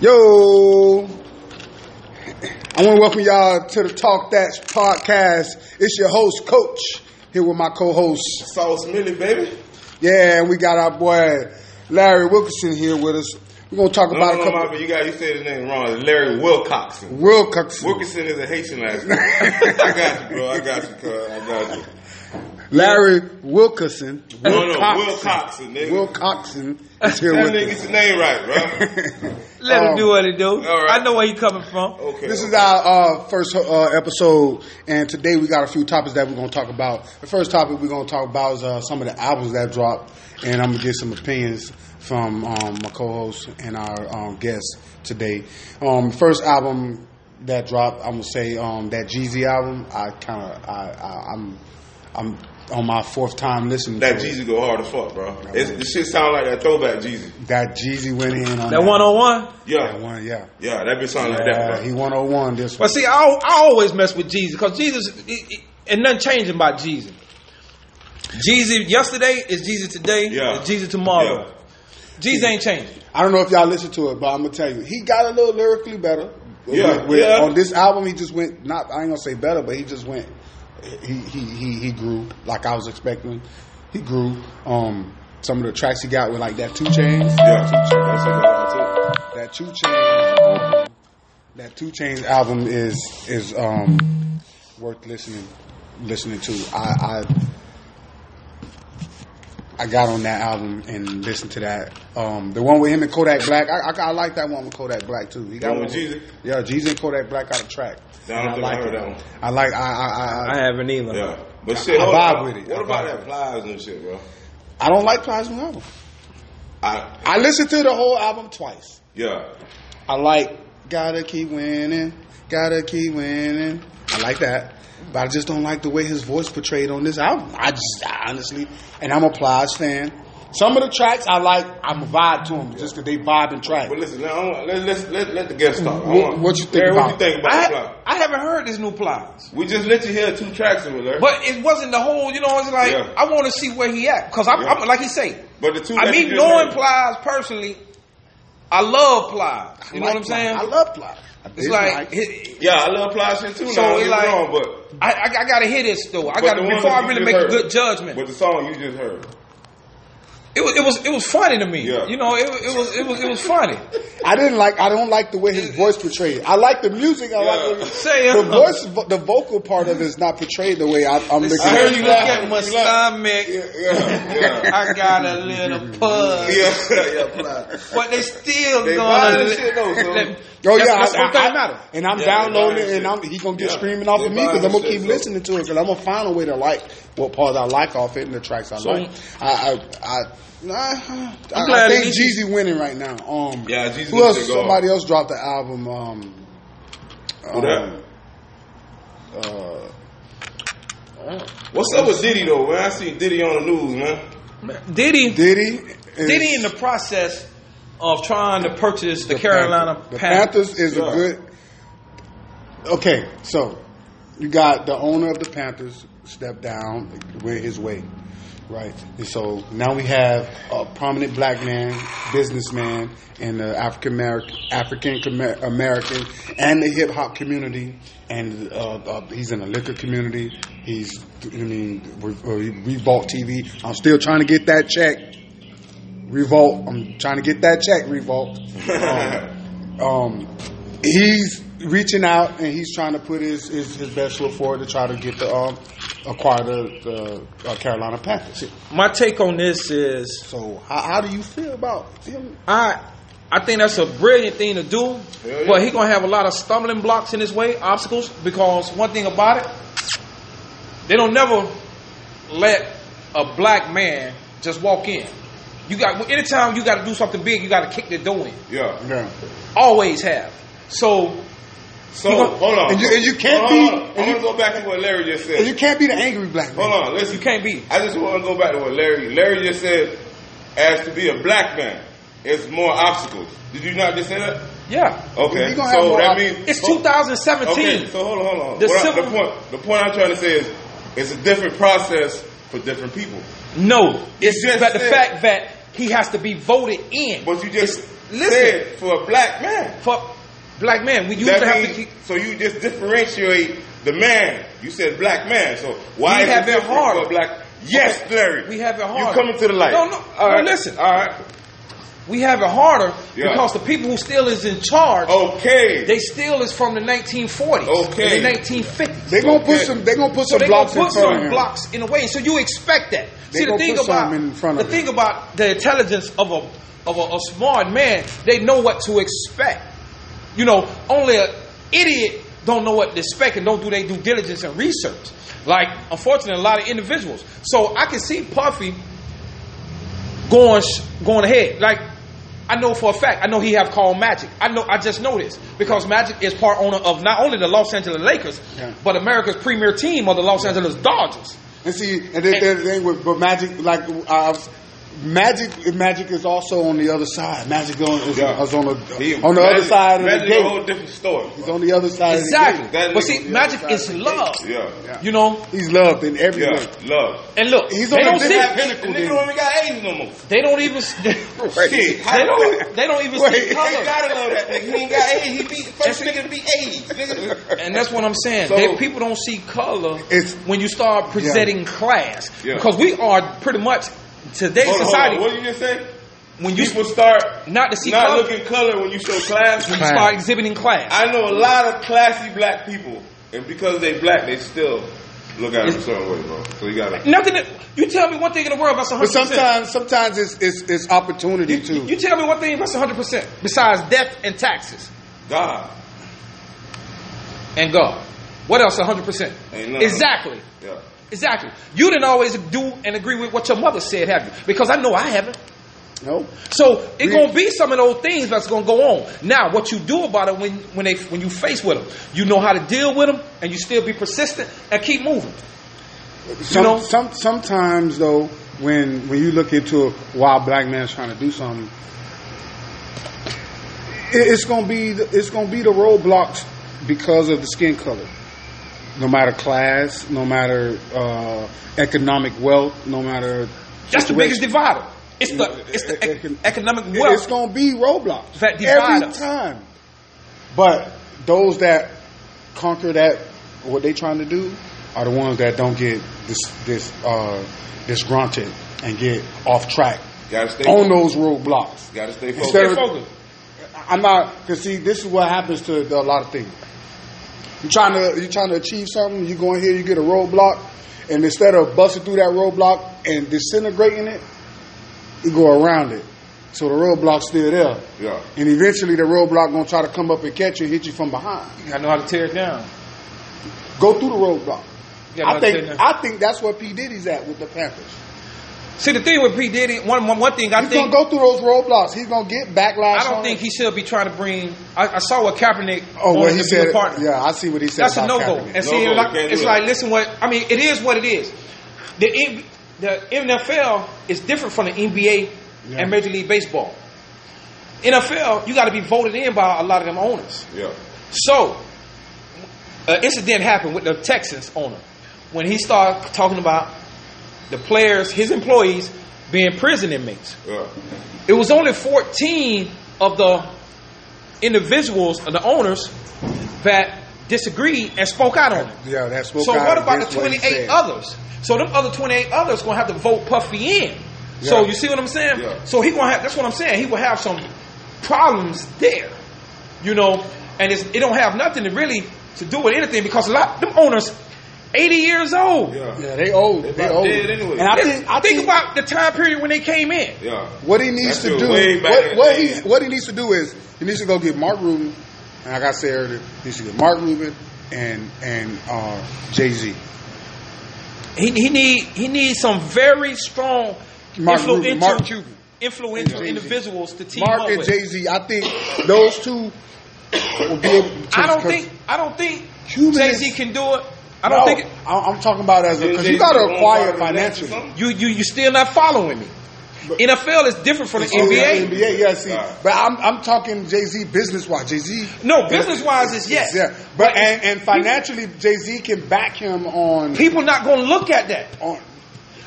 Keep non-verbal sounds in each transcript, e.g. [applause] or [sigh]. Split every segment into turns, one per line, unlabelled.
Yo, I want to welcome y'all to the Talk That podcast. It's your host, Coach, here with my co-host.
Sauce Millie, baby.
Yeah, and we got our boy Larry Wilkinson here with us. We're gonna talk
No,
about
no,
a
no,
couple.
my, bad. you got you said his name wrong. It's Larry Wilcoxon.
Wilkinson,
Wilkinson is a Haitian
[laughs]
last name. I got you, bro. I got you, cuz. I got you.
Larry Wilkinson,
No, no, Wilcoxon, nigga.
Wilcoxon is here
That
with
nigga
us.
gets his name
[laughs]
right, bro.
Let
Um,
Oh.
him do what he do.
all right.
I know where he coming from.
Okay.
This is our uh, first uh, episode, and today we got a few topics that we're going to talk about. The first topic we're going to talk about is uh, some of the albums that dropped, and I'm going to get some opinions from um, my co-host and our um, guest today. Um, first album that dropped, I'm going to say um, that Jeezy album. I kind of, I, I, I'm, I'm on my fourth time listening.
that
to it.
Jeezy go hard as fuck, bro. It's, this shit sound like that throwback Jeezy.
that Jeezy went in on
That one on one.
That
Yeah.
one, yeah.
Yeah, that bitch sound like
Uh,
that,
he
bro.
101 this one.
But see, I, al- I always mess with Jesus because Jesus it- it- and nothing changing about Jesus. Jesus yesterday is Jesus today.
Yeah.
Is Jesus tomorrow. Jesus ain't changing.
I don't know if y'all listen to it, but I'm gonna tell you, he got a little lyrically better.
Yeah,
With- with-
yeah.
On this album, he just went. Not, I ain't gonna say better, but he just went. He he he, he grew like I was expecting. He grew. Um, some of the tracks he got were like that two chains,
Yeah. That shit go hard, too.
that two chains, album, that two chains album is is um worth listening listening to. I. I I got on that album and listened to that. Um, the one with him and Kodak Black, I, I, I like that one with Kodak Black too. He got
One with Jeezy?
Yeah, Jeezy and Kodak Black got a track.
Yeah, I don't
And
think I heard
it.
that one.
I like. I I, I,
I haven't either.
Yeah. But shit,
I
hold
vibe
on.
with it.
What
I
about
vibe
that Plies and shit, bro?
I don't like Plies new album.
I,
I listened to the whole album twice.
yeah.
I like gotta keep winning, gotta keep winning. I like that, but I just don't like the way his voice portrayed on this album. I just I honestly, and I'm a Plies fan. Some of the tracks I like, I'm a vibe to them just 'cause they vibe and track.
But listen, now, I want, let, let's, let, let the guests talk. I
What-
want-
what you think
Larry,
about
What you
it?
think about the
I,
Plies?
I haven't heard this new plies,
We just let you hear two tracks of it, Larry.
but it wasn't the whole. You know, it's like
Yeah.
I want to see where he at because I'm,
Yeah.
I'm like he say.
But the two
I
that you
mean,
just
knowing
heard-
plies personally, I love plies. You know
like
what I'm
Ply.
saying?
I love Ply.
It's like hi-
Yeah, I love Plies shit too.
So
now, don't
it
get me
like-
wrong, but
I, I, I gotta hear this though. I
But
gotta
the one
before
that
I
you
really
just
make
heard.
a good judgment.
but the song you just heard.
it was it was it was funny to me.
Yeah.
You know, it, wa- it was it was it was
[laughs]
funny.
I didn't like. I don't like the way his voice portrayed. I like the music. I like
Yeah.
the,
Say uh,
the
it.
voice. The vocal part of it is not portrayed the way I, I'm looking.
I
at
heard
it.
you
laugh.
look at my
You laugh.
stomach.
[laughs]
Yeah,
I got a little
yeah, [laughs]
pug.
yeah, yeah. Plies.
But they still
They
gonna
buying this shit though, so-
[laughs] Let-
Oh
that's-
yeah,
that's
I,
what
I,
I'm
I,
about.
and I'm
Yeah,
downloading it,
they
and
buying
I'm, he gonna get
shit.
screaming off
They
of me because
buying
I'm gonna
shit,
keep
so.
listening to it because I'm gonna find a way to like what parts I like off it and the tracks I like. I, I, I nah, I, I
glad
think
he-
Jeezy winning right now. Um,
Yeah, Jeezy
Who else?
should go.
Somebody else dropped the album. Um,
Who that?
um, uh,
What's up with Diddy though? Man, I seen Diddy on the news, man.
Diddy
Diddy. is-
Diddy in the process of trying to purchase the,
the
Carolina
Panthers. The
Panthers.
Panthers is a
Yeah.
good. Okay, so you got the owner of the Panthers stepped down, went his way, right? And so now we have a prominent black man, businessman, and the African American, African Amer- American, and the hip hop community, and uh, uh, he's in the liquor community. He's, I mean, we, we bought TV. I'm still trying to get that check. Revolt. I'm trying to get that check, [laughs] Revolt. Um, um, he's reaching out and he's trying to put his, his, his best foot forward to try to get the um, acquire the, the uh, Carolina Panthers.
My take on this is
So how, how do you feel about him?
I I think that's a brilliant thing to do,
yeah.
but he gonna have a lot of stumbling blocks in his way, obstacles. Because one thing about it, they don't never let a black man just walk in. You got anytime you got to do something big, you got to kick the door in.
Yeah.
Yeah.
Always have. So
So
You gon-
hold on.
and you- and you can't
Hold
be-
on,
and
I
you-
want to go back to what Larry just
And you
said.
can't be the angry black man.
Hold on, listen.
you can't be.
I just want to go back to what Larry. Larry just said, as to be a black man, it's more obstacles. Did you not just say that?
Yeah,
Okay,
You
so
gonna have more
that
ob-
means
it's
so-
2017.
Okay, so hold on, hold on.
The
What I-
civil-
the point, the point I'm trying to say is, it's a different process for different people.
No, it's
just
but the
said-
fact that he has to be voted in.
But you just
Listen,
said for a black man.
for black man, we used
That
to have
mean-
to keep.
so you just differentiate the man. You said black man. So why
We
is
have
it
it
different
harder.
for a black? Yes, Larry.
We have it
You
harder.
coming to the light?
No, no,
All
no,
right.
listen.
All right.
We have it harder
Yeah.
because the people who still is in charge,
Oh.
Okay.
they still is from the 1940s,
Okay.
and the 1950s.
They gonna put
Okay.
some. They gonna put some
So they gonna
blocks
put
in front of
some
him.
blocks in the way. So you expect that.
They
See the
gonna
thing
put
about
some in front
the
of
thing about the intelligence of a of a, a smart man, they know what to expect. You know, only an idiot don't know what to expect and don't do their due diligence and research. Like, unfortunately, a lot of individuals. So I can see Puffy going sh- going ahead. Like I know for a fact, I know he have called Magic. I know I just know this because Magic is part owner of not only the Los Angeles Lakers,
Yeah.
but America's premier team of the Los Angeles Dodgers.
And see, and then the thing with but Magic, like I was, Magic, Magic is also on the other side. Magic on, is,
Yeah.
is on the
He-
on the
Magic-
other side of the
Magic a whole
gate.
different story.
He's on the other side. Of the
Exactly.
that
But
nigga
see,
on the
Magic
other
is
side of the
love.
Yeah.
Yeah.
You know,
gate. He's loved in every
Yeah.
way.
Love.
and look,
He's
they
on a
don't see,
different
That
pinnacle
pinnacle. The nigga
then.
don't even got AIDS no more.
they don't even, [laughs] they
Shit.
don't, they don't even see
Wait.
He [laughs]
color.
gotta love that nigga. He ain't got AIDS. He be first nigga to be AIDS. nigga.
And that's what I'm saying.
So-
They- people don't see color
It's-
when you start presenting class
Yeah.
because we are pretty much today's
Hold on, hold
society.
on. What did you just say?
when you
People start
not to see
not
color,
looking color when you show class.
you start exhibiting class.
I know a lot of classy black people, and because they black, they still look at them a certain way, bro. So you gotta.
Nothing. That, you tell me one thing in the world that's
But
hundred percent.
sometimes, sometimes it's it's, it's opportunity too.
You tell me one thing that's hundred percent besides death and taxes
God.
and God. What else? hundred percent.
Ain't nothing.
Exactly.
Yeah.
Exactly. You didn't always do and agree with what your mother said, have you? Because I know I haven't.
no,
So it
We-
gonna be some of those things that's gonna go on. Now, what you do about it when when they when you face with them, you know how to deal with them, and you still be persistent and keep moving.
some,
know?
some sometimes though, when when you look into why a black man's trying to do something, it, it's gonna be the, it's gonna be the roadblocks because of the skin color. No matter class, no matter uh, economic wealth, no matter
That's the biggest divider. It's
You
the
know,
it's the
it- it
ec-
can-
economic
It-
wealth.
It's gonna be roadblocks
That divide
every
us.
time. But those that conquer that, what they trying to do, are the ones that don't get this this uh, disgruntled and get off track
Gotta stay.
on those
focused.
roadblocks.
Gotta stay
Instead
focused.
of- I'm not because see, this is what happens to the- a lot of things. You trying to you trying to achieve something. You go in here, you get a roadblock, and instead of busting through that roadblock and disintegrating it, you go around it. So the roadblock's still there,
Yeah.
and eventually the roadblock gonna try to come up and catch you, and hit you from behind.
I know how to tear it down.
Go through the roadblock.
Yeah,
I
no,
think
tear it down.
I think that's where P Diddy's at with the Panthers.
See, the thing with P Diddy, one one, one thing I
He's
think
gonna go through those roadblocks. He's gonna get backlash.
I don't
on
think
it.
he should be trying to bring. I, I saw what Kaepernick.
Oh well,
wanted
he
to be a
said.
partner.
Yeah, I see what he said.
That's a
about
no go.
Kaepernick.
And see,
No-go,
like,
you can't
it's
do
like,
that.
listen, what I mean, it is what it is. The N- the NFL is different from the NBA
Yeah.
and Major League Baseball. NFL, you got to be voted in by a lot of them owners.
Yeah.
So, an incident happened with the Texans owner when he started talking about the players, his employees, being prison inmates.
Yeah.
It was only 14 of the individuals, of the owners, that disagreed and spoke out on it.
Yeah, that's
So what about the 28 others? So them other 28 others gonna have to vote Puffy in. So
Yeah.
you see what I'm saying?
Yeah.
So he gonna have. That's what I'm saying. He will have some problems there, you know. And it's, it don't have nothing to really to do with anything because a lot them owners 80 years old.
Yeah.
Yeah, they old. They,
about
old.
dead anyway.
And I
Listen,
think, I
think
think
about the time period when they came in.
Yeah.
what he needs
That
to
shit
do.
way back in
What,
the
what he
day.
what he needs to do is he needs to go get Mark Rubin. And like I said earlier, he needs to get Mark Rubin and and uh, Jay Z.
He, he need he needs some very strong
Mark
influential,
Rubin, Mark Cuban.
influential
Jay-Z.
individuals to team
Mark
up
and
with.
Jay Z. I think those two will be able. To,
I don't
because
think I don't think
Cuban
Jay
is-
Z can do it. I don't
no,
think it,
I- I'm talking about as a because
Jay-Z
you got to
won't
acquire
buy the Nets or
financially.
something?
You you you still not following me. NFL is different from the
Oh, yeah,
NBA.
NBA, yeah, see,
Alright.
but I'm I'm talking Jay Z business wise. Jay Z,
No, business wise is yes.
yeah, but and, and financially, Jay Z can back him on
People not gonna look at that.
on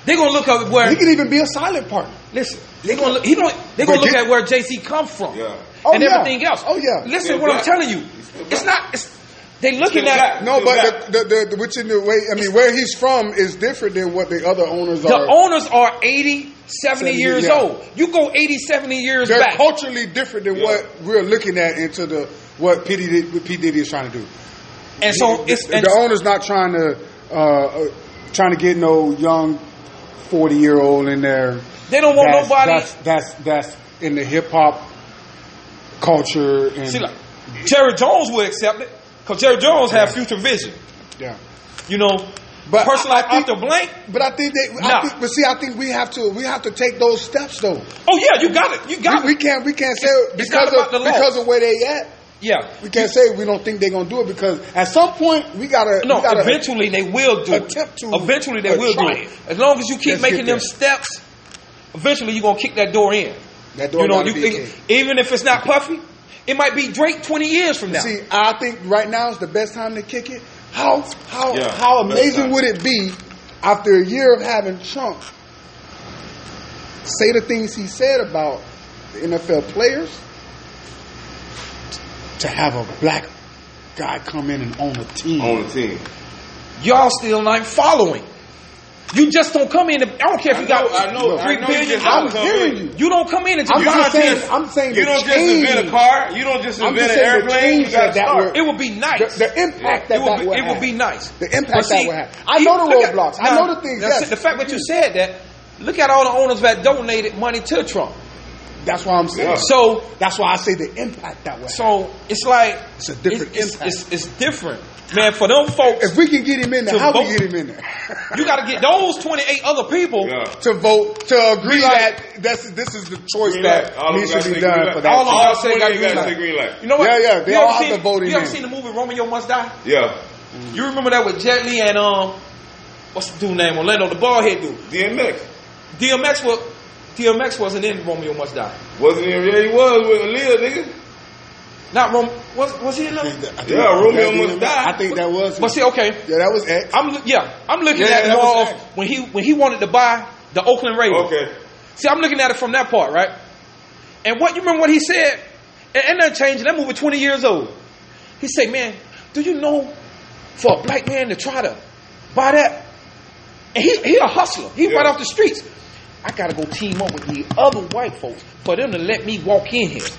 They're gonna look at
He
where
could even be a silent partner.
Listen, they gonna look, he gonna they gonna
But
look
you-
at where JC come from
Yeah.
Oh,
and
yeah.
everything else.
Oh, yeah.
Listen,
Still
what
black.
I'm telling you,
still
it's
black.
not. It's they looking
Still black.
at
No, but the, the, the, which in the way, I mean, where he's from is different than what the other owners
the
are.
owners are 80, 70,
70,
years
yeah.
old. You go 80, 70 years
They're
back.
culturally different than
Yeah.
what we're looking at into the what P Diddy, what P Diddy is trying to do.
and so it's
the,
and
the owner's not trying to uh, uh, trying to get no young forty year old in there.
They don't want
that's,
nobody-
That's that's that's in the hip hop culture and
see like Jerry Jones would accept it because Jerry Jones had future vision.
yeah.
You know,
But
person
I- I
like
think-
Arthur Blank.
But I think they.
Nah.
I think, but see, I think we have to we have to take those steps though.
Oh yeah, you got it. You got
We, we
it.
can't we can't say
it's not
because
about
of
the law.
because of where they at.
Yeah.
We can't say we don't think they're gonna do it because at some point we gotta
No,
we gotta
eventually they will do
attempt
it.
to-
Eventually they
or
will do
try.
it. As long as you keep
Let's
making
get
them
there.
steps, eventually you're gonna kick that door in.
That door
you know,
gotta
you
be
think, even if it's not puffy, it might be Drake twenty years from now.
See, I think right now is the best time to kick it. How how
Yeah,
how
best
amazing
time.
would it be after a year of having Trump say the things he said about the NFL players to have a black guy come in and own a team?
on the team.
Y'all still not following. You just don't come in. and- I don't care if
I
you
know,
got
I know,
three
I know.
billion
you just
I'm
don't come
hearing
in.
you.
You don't come in until
I'm
you
You
just
don't
got
saying-
just,
I'm saying
you
the
don't
change.
just invent a car. You don't just
I'm
invent
just saying
an
the
airplane. You
change
got to
that that
start.
would-
It would be nice.
The, the impact
it
that that
would, be,
would
it
have.
would be nice.
The impact
But
that
see,
would have. I
you-
know the
look at-
roadblocks. I
now-
know the things.
now,
yes.
see, the fact that you said that, look at all the owners that donated money to Trump.
That's why I'm saying.
Yeah.
So,
That's why I say the impact that would have.
so it's like
It's a different
it's,
impact.
It's, it's different, man. For them folks,
If we can get him in there,
To
how we
vote-
get him in there? [laughs]
you got to get those twenty eight other people.
Yeah.
to vote to agree
Green
that that's this is the choice
Green
that
light. All
needs
of them
to be
gotta say
done for
green light.
All
that.
of them
All
got to say
twenty
got
eight
green
got
light.
to green light.
You know what?
Yeah, yeah, they
you
all
ever
have
seen,
to vote in
You ever
there.
seen the movie Romeo Must Die?
Yeah.
You remember that with Jet Li and um, what's the dude name? Orlando, the bald head dude.
DMX.
DMX was DMX wasn't in Romeo Must Die.
Wasn't he? Yeah, he was with Aaliyah, nigga.
Not Rom. Was was he in that?
I think-
Yeah, Romeo must die.
I think that was.
But see, okay,
yeah, that was X.
I'm loo- yeah, I'm looking
Yeah,
at
that was
more
X.
of when he when he wanted to buy the Oakland Raiders.
Okay.
See, I'm looking at it from that part, right? And what you remember what he said? And, and that changed. That movie 20 years old. He said, "Man, do you know for a black man to try to buy that? And he he a hustler. He
Yeah.
right off the streets. I gotta go team up with the other white folks for them to let me walk in here.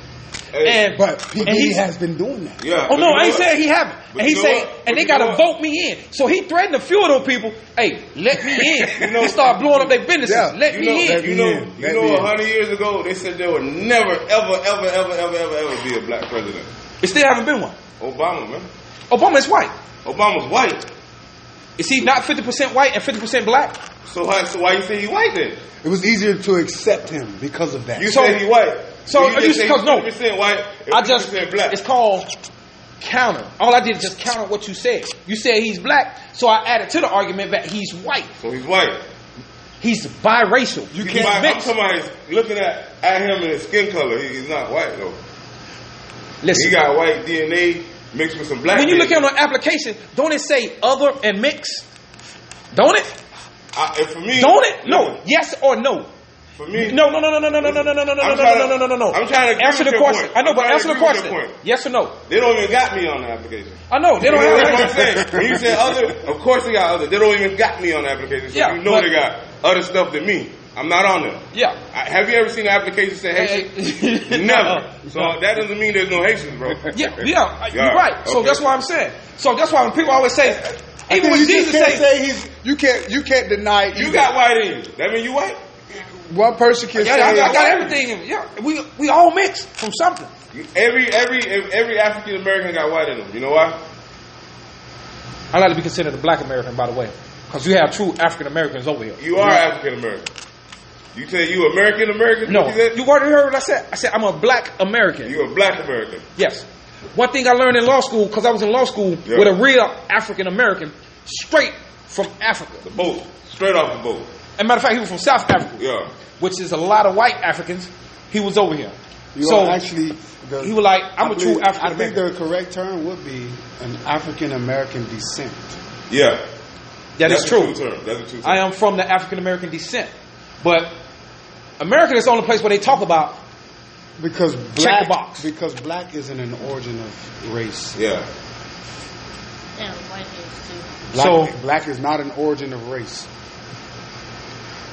Hey,
and
But
and
PD
he's-
has been doing that.
Yeah.
Oh
but
no,
you know
I
what?
ain't saying he haven't.
But
And he
you know
said,
what?
and
But
they
you know
gotta
what?
vote me in. So he threatened a few of those people. Hey, let me
[laughs]
in. you
know-
start blowing up their businesses.
Yeah,
let
you
me
know-
in.
Let
You
me
know,
in.
you
Let
know,
me
a
in.
hundred years ago, they said there would never, ever, ever, ever, ever, ever, ever be a black president.
It still haven't been one.
Obama, man.
Obama is white.
Obama's white.
Is he not fifty percent white and fifty percent black?
So, how, so why you say he white then?
It was easier to accept him because of that.
You
So-
say he white.
so
you
are you-
just say
because no.
percent white.
I just
percent black.
it's called counter. All I did is just counter what you said. You said he's black, so I added to the argument that he's white.
so he's white.
He's biracial. You
He's
can't
white. I'm
mix.
talking about his, looking at, at him and his skin color. He, he's not white though. He
Listen,
got white DNA mixed with some black.
when you look
DNA.
at an application, don't it say other and mix? Don't it?
I, and for me,
Don't it? No.
listen,
Yes or no?
For me,
No, no, no, no, no, no, no, no, no, no, no, no, no,
I'm
no,
trying
no,
to-
no, no, no, no.
I'm trying to agree
answer
with
the
your
question.
point.
I know,
I'm
but
trying to
answer the
agree with your
question.
point.
Yes or no?
They don't even got me on the application.
I know they
You
don't
know what I'm
have.
saying? When you say other, of course they got other. They don't even got me on the application. So
Yeah,
you know
but-
they got other stuff than me. I'm not on there.
Yeah.
I, have you ever seen an application say Haitian? Never.
[laughs] No.
So that doesn't mean there's no Haitians, bro.
[laughs] Yeah, yeah, you're
Yeah,
right. So
okay.
that's why I'm saying. So that's why when people always say,
I think
even when
you just
Jesus
can't
say,
say he's. You can't. You can't deny.
You
either.
got white in you. That mean you white?
one person can
yeah,
say.
I got, I got everything. Yeah, we we all mixed from something.
Every every every African American got white in them. You know why?
I like to be considered a black American, by the way, because you have true African Americans over here.
You are African American. You say you American American?
No,
You, said?
you already heard what I said. I said I'm a black American.
you a black American.
Yes. One thing I learned in law school, because I was in law school
Yeah.
with a real African American, straight from Africa.
The boat. Straight off the boat.
As a matter of fact, he was from South Africa,
Yeah.
which is a lot of white Africans. He was over here.
You
so
are actually. The,
he was like, I'm
I
a
believe-
true African
I think
American.
the correct term would be an African American descent.
Yeah.
That is
That's a
true.
Term. That's a true term.
I am from the African American descent, but America is the only place where they talk about
Because
the
black,
box.
because black isn't an origin of race.
Yeah.
Yeah, white dudes too.
Black,
So-
black is not an origin of race.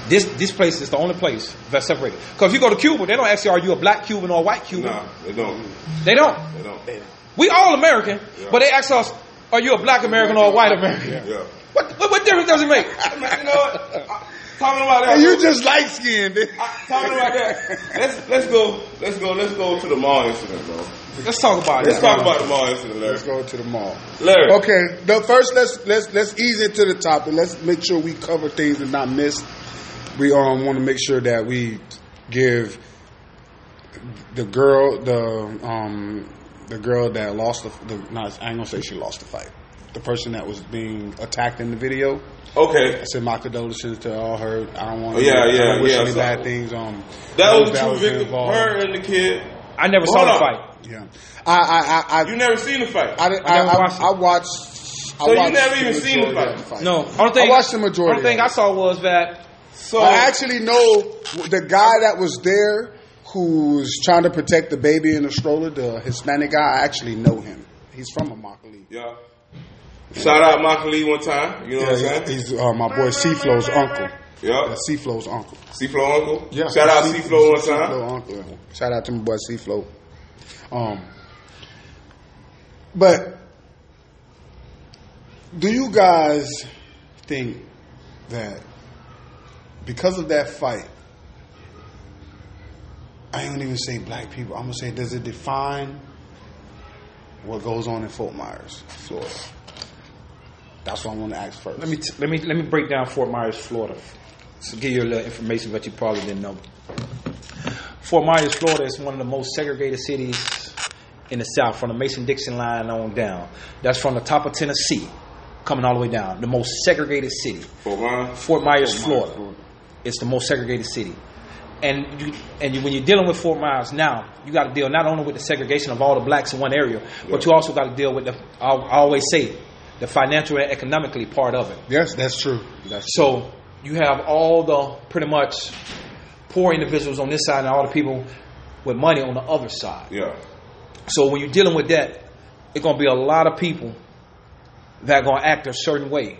this. This place is the only place that's separated. Because if you go to Cuba, they don't ask you are you a black Cuban or a white Cuban.
Nah, they don't.
They don't.
They don't.
We all American,
Yeah.
but they ask us, are you a black American or a white American?
Yeah.
What, what what difference does
[laughs]
it make?
I mean, you know what? I- Talking about that.
you just light skinned.
I- Talking about that. Let's let's go. Let's go. Let's go to the mall incident, bro.
Let's talk about it.
Let's talk about the mall incident, Larry.
Let's go to the mall.
Larry.
Okay, the first let's let's let's ease into the topic. Let's make sure we cover things and not miss. We um want to make sure that we give the girl the um the girl that lost the, the not I ain't gonna say she lost the fight. The person that was being attacked in the video.
Okay.
I said my condolences to all her. I don't want.
Oh, yeah, yeah,
I don't wish
yeah,
any
so-
bad things. Um,
That
those
was the
that
true victim.
involved.
Her and the kid.
I never
Hold
saw
on.
the fight.
Yeah, I I I I,
You never seen the fight.
I, didn't-
I
I,
never
I,
watched it.
I watched.
So
I
you
watched
never even seen the
majority
fight?
of the
No, only thing
I watched the majority
Only thing
of
I
it.
saw was that.
so
I actually know the guy that was there who's trying to protect the baby in the stroller, the Hispanic guy. I actually know him. He's from Immokalee.
yeah. Shout out Michael Lee one time. You know what I'm
Yeah,
saying?
he's uh, my boy Seaflow's uncle.
Yeah.
That's Seaflow's uncle.
C-Flow Uncle. Shout out C-Flow one time.
Seaflow uncle. Shout out to my boy Seaflow. Um, but do you guys think that because of that fight, I ain't gonna even say black people. I'm gonna say, does it define what goes on in Fort Myers, Florida? That's what I want to ask first.
Let me t- let me let me break down Fort Myers, Florida. So give you a little information that you probably didn't know. Fort Myers, Florida is one of the most segregated cities in the South, from the Mason-Dixon line on down. That's from the top of Tennessee, coming all the way down. The most segregated city,
For mine.
Fort Myers, Florida. It's the most segregated city. And you, and you, when you're dealing with Fort Myers now, you got to deal not only with the segregation of all the blacks in one area, but you also got to deal with the. I I always say, the financial and economically part of it.
Yes, that's true. That's
So you have all the pretty much poor individuals on this side and all the people with money on the other side.
Yeah.
So when you're dealing with that, it's gonna be a lot of people that gonna act a certain way.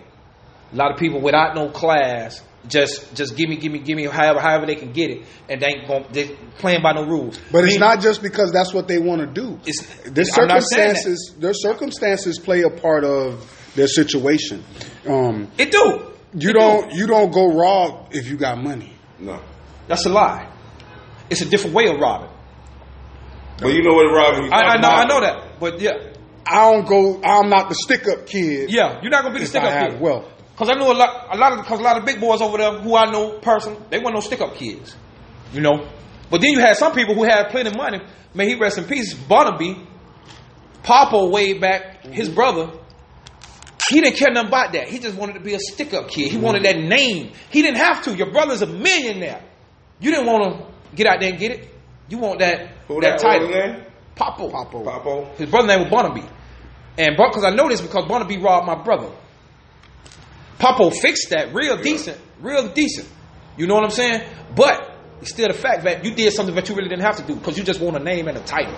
A lot of people without no class, just just give me, give me, give me, however, however they can get it, and they ain't gonna they playing by no rules.
But it's
Me-
not just because that's what they want to do.
It's-
Their
I'm not saying that.
circumstances, their circumstances play a part of their situation. Um,
It do.
you don't, you don't go raw if you got money.
No.
That's a lie. It's a different way of robbing.
But you know what, Robin?
I, I know, I know that. But yeah,
I don't go. I'm not the stick up kid.
yeah, you're not gonna be the
if
stick
I
up
have
kid.
wealth.
Cause I knew a lot, a lot of, cause a lot of big boys over there who I know personally, they weren't no stick up kids, you know. But then you had some people who had plenty of money. May he rest in peace, Barnaby, Papa way back, his brother. He didn't care nothing about that. He just wanted to be a stick up kid. He wanted that name. He didn't have to. Your brother's a millionaire. You didn't want to get out there and get it. You want that
Who that,
that, title.
name?
Papo.
Papo.
Papo.
His brother name was Barnaby. And because I know this because Barnaby robbed my brother. Papo fixed that real decent, real decent. You know what I'm saying? But it's still the fact that you did something that you really didn't have to do because you just want a name and a title.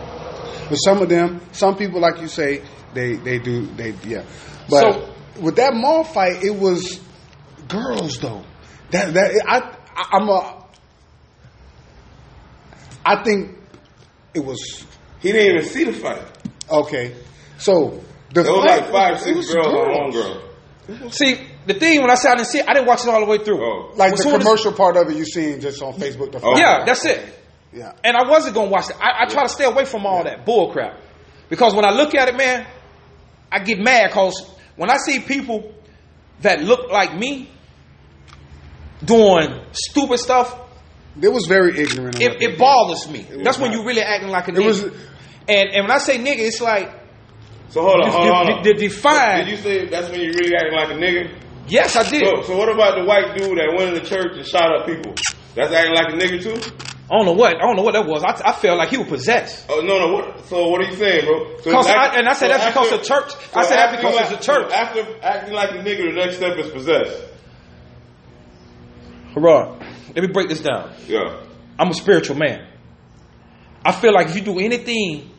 But some of them, some people, like you say, they they do they yeah. But
So-
with that mall fight, it was girls though. That that I, I I'm a. I think it was
He didn't even see the fight.
okay. So the
It was
fight
like five,
was- it
six
was
girls on
girls.
one girl.
See, the thing when I said I didn't see it, I didn't watch it all the way through.
Oh.
Like
When
the
soon as-
commercial part of it, you seen just on Facebook. The
Oh.
Yeah, that's it.
yeah.
And I wasn't gonna watch it. I, I try to stay away from all that bull crap. Because when I look at it, man, I get mad because when I see people that look like me doing stupid stuff,
It was very ignorant. of what
it,
they
it
did.
bothers me. That's when
not-
you really acting like a
It
nigga.
was-
and and when I say nigga, it's like
So [laughs] hold on, hold on. hold on.
the, the define.
Did you say that's when you really acting like a nigga?
yes, I did.
So, so what about the white dude that went in the church and shot up people? That's acting like a nigga too?
I don't know what I don't know what that was. I, I felt like he was possessed.
Oh no, no. What, so what are you saying, bro? So
Cause
act-
I- and I said that's because of church. I said that
acting
because
like,
it's a church.
so After acting like a nigga, the next step is possessed.
Hurrah. Let me break this down.
Yeah.
I'm a spiritual man. I feel like if you do anything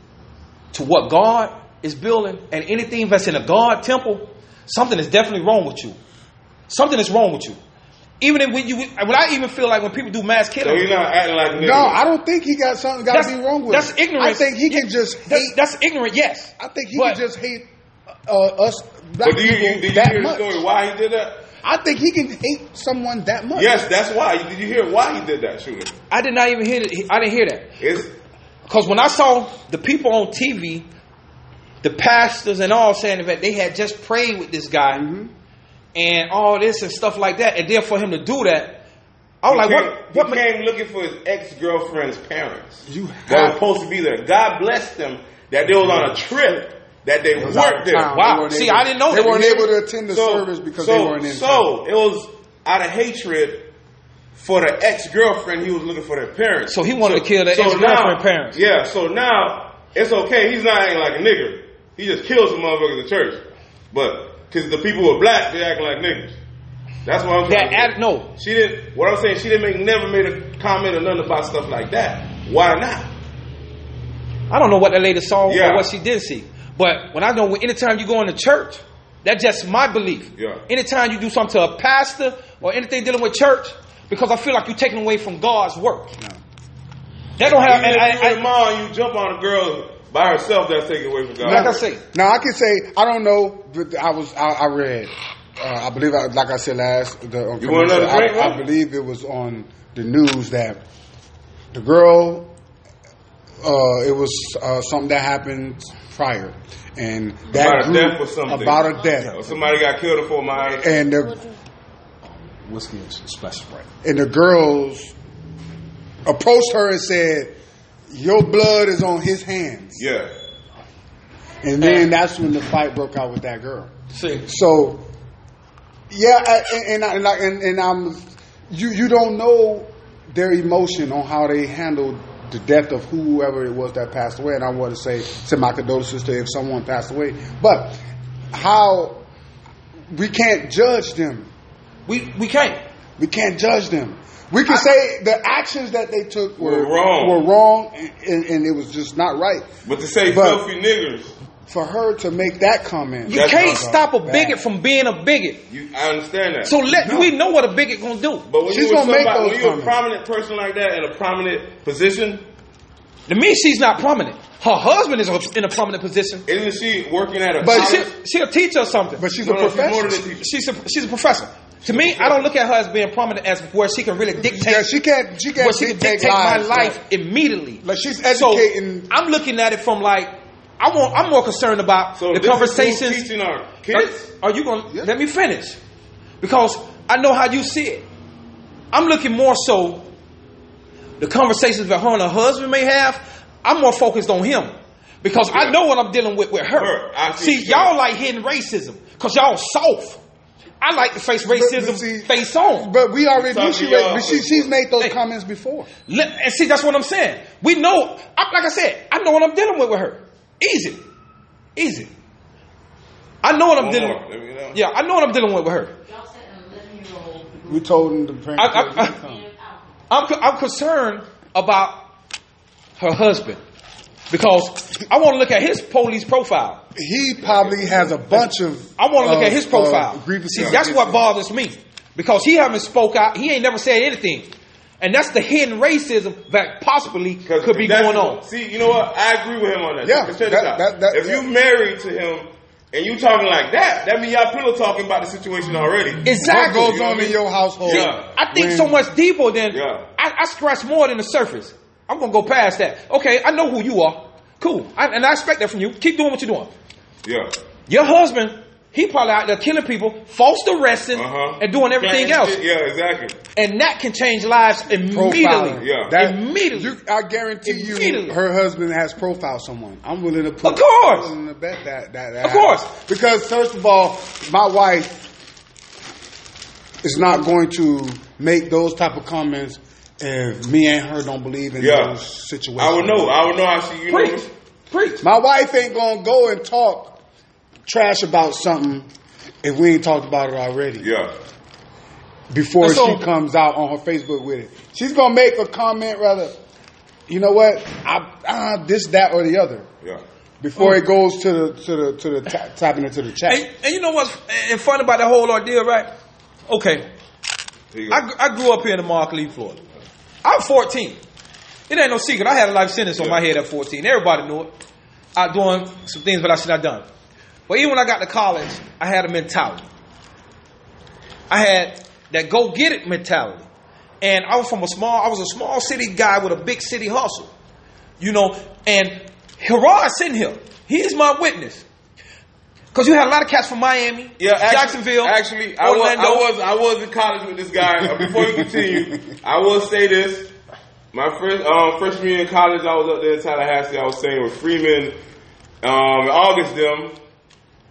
to what God is building and anything that's in a God temple, something is definitely wrong with you. Something is wrong with you. Even if when you, when I even feel like when people do mass
So
killings,
you're not acting like niggas.
No, I don't think he got something got
That's-
to be wrong with.
that's
it. I
ignorance.
think he can just hate.
that's, that's ignorant. Yes,
I think he
But-
can just hate uh, us black
But do you,
people
you, did you
that
hear the
much.
story why he did that?
I think he can hate someone that much.
Yes, that's why. Did you hear why he did that shooting?
I did not even hear. That. I didn't hear that.
It's
Because when I saw the people on TV, the pastors and all saying that they had just prayed with this guy and all this and stuff like that, and then for him to do that, I was Oh, like,
he came,
what? What?
he
ma-
came looking for his ex girlfriend's parents.
You
that
have-
were supposed to be there. God blessed them that they was on a trip that they
was out of
worked there.
town.
Wow.
They weren't
See,
able-
I didn't know
they
that.
weren't
You
able to attend the service because
so,
they weren't in. town.
So it was out of hatred for the ex girlfriend. He was looking for their parents.
So he wanted to kill the
so
ex-girlfriend
now-
parents.
Yeah. So now it's okay. He's not acting like a nigger. He just kills some motherfuckers in church. But because the people who are black, they act like niggers. That's what I'm trying
That
to
ad,
say.
no.
She didn't. What I'm saying, she didn't make never made a comment or nothing about stuff like that. Why not?
I don't know what that lady saw
Yeah.
or what she did see. But when I know, when- anytime you go into church, that's just my belief.
Yeah.
Anytime you do something to a pastor or anything dealing with church, because I feel like you're taking away from God's work. They don't have.
Even
And
if you in the
I,
mall and you jump on a girl by herself, that's taken away from God.
I, like I say,
Now I can say I don't know, but I was I, I read. Uh, I believe, I, like I said last, the, on
You want another
I,
drink,
I
bro?
believe it was on the news that the girl. Uh, it was uh, something that happened prior, and that
About a
group-
death or something.
About a death,
Or somebody got killed before my eyes.
and the
whiskey and splash sprite.
and the girls approached her and said, "Your blood is on his hands."
Yeah.
And then that's when the fight broke out with that girl.
See,
So, yeah, I, and, and, I, and, I, and, and I'm, you, you don't know their emotion on how they handled the death of whoever it was that passed away. And I want to say, send my condolences to if someone passed away. But how we can't judge them.
we we can't.
We can't judge them. We can say the actions that they took were,
Were wrong.
were wrong and, and, and it was just not right.
But to say
But-
filthy niggers,
For her to make that comment,
You
That's
can't
not
stop a
bad.
bigot from being a bigot.
you, I understand that.
So let we know what a bigot gonna do.
but when
She's
you were
gonna make
somebody,
those
when you're a
comments.
prominent person like that in a prominent position,
To me, she's not prominent. Her husband is in a prominent position.
isn't she working at a
But
college?
She, she'll teach us something.
but she's
No,
a
no, she's more
professional.
than a teacher.
she's a, she's a professor. To me, I don't look at her as being prominent as where she can really dictate.
Yeah, she can't. She can't
where she can
dictate,
dictate my
lives,
life
Like,
immediately.
like she's
so
educating.
I'm looking at it from like I want. I'm more concerned about
so this is
the
who's
conversations.
teaching our
Are,
kids.
are you going to let me finish? Because I know how you see it. I'm looking more so the conversations that her and her husband may have. I'm more focused on him because I know what I'm dealing with with her.
Her, I see
see,
what you're
y'all
saying.
like hidden racism because y'all soft. I like to face racism
see-
face on.
But we already
Talk
knew
to
she,
y'all.
ra- but she. She's made those
Hey.
comments before.
Let, and see, that's what I'm saying. We know, I, like I said, I know what I'm dealing with with her. Easy, easy. I know what I'm
One
dealing.
more.
with.
There we go.
Yeah, I know what I'm dealing with with her.
Y'all said an 11 year old
We told them the parents.
I- I- I- I'm, co- I'm concerned about her husband because I want to look at his police profile.
he probably has a bunch of.
I want to look
of-
at his profile.
of Uh, grievances
See, that's
against
what
him.
bothers me because he haven't spoke out. He ain't never said anything, and that's the hidden racism that possibly
'Cause
could be
that's-
going on.
See, you know what? I agree with him on that.
Yeah,
Check this
that-
out.
that- that-
if
yeah.
you married to him and you talking like that, that means y'all pillow talking about the situation already.
What
Exactly.
goes
You know
on
what I
in
mean?
your household?
Yeah.
I think
when-
so much deeper than
Yeah.
I, I scratch more than the surface. I'm gonna go past that. Okay, I know who you are. Cool, I, and I expect that from you. Keep doing what you're doing.
Yeah.
Your husband, he probably out there killing people, false arresting,
Uh-huh.
and doing everything
Planning
else.
shit. Yeah, exactly.
And that can change lives
Profiling.
immediately.
Yeah.
That-
Immediately.
You, I guarantee you,
Immediately.
her husband has profiled someone. I'm willing to put.
Of course.
I'm willing to bet that. that, that
Of course.
happens. Because first of all, my wife is not going to make those type of comments if me and her don't believe in
Yeah.
those situations.
I would know. I would know how she, you know.
Preach. Preach.
My wife ain't gonna go and talk trash about something if we ain't talked about it already.
Yeah.
before
And so-
she comes out on her Facebook with it. She's gonna make a comment rather. You know what? I, ah this, that, or the other
Yeah. Mm.
before it goes to the to the to the ta- tapping into the chat.
And, and you know what's and fun about the whole ordeal, right? Okay,
Here you go.
I, gr- I grew up here in the Mark Lee, Florida. I'm 14. It ain't no secret. I had a life sentence on my head at 14. Everybody knew it. I doing some things that I should not done. But even when I got to college, I had a mentality. I had that go get it mentality. And I was from a small, I was a small city guy with a big city hustle. You know, and Herod's sitting here. He's my witness. Cause you had a lot of cats from Miami,
Yeah, actually,
Jacksonville,
Actually, I was,
Orlando.
I was I was in college with this guy.
[laughs]
Uh, Before we continue, I will say this: my first um, freshman year in college, I was up there in Tallahassee. I was staying with Freeman, um, August them.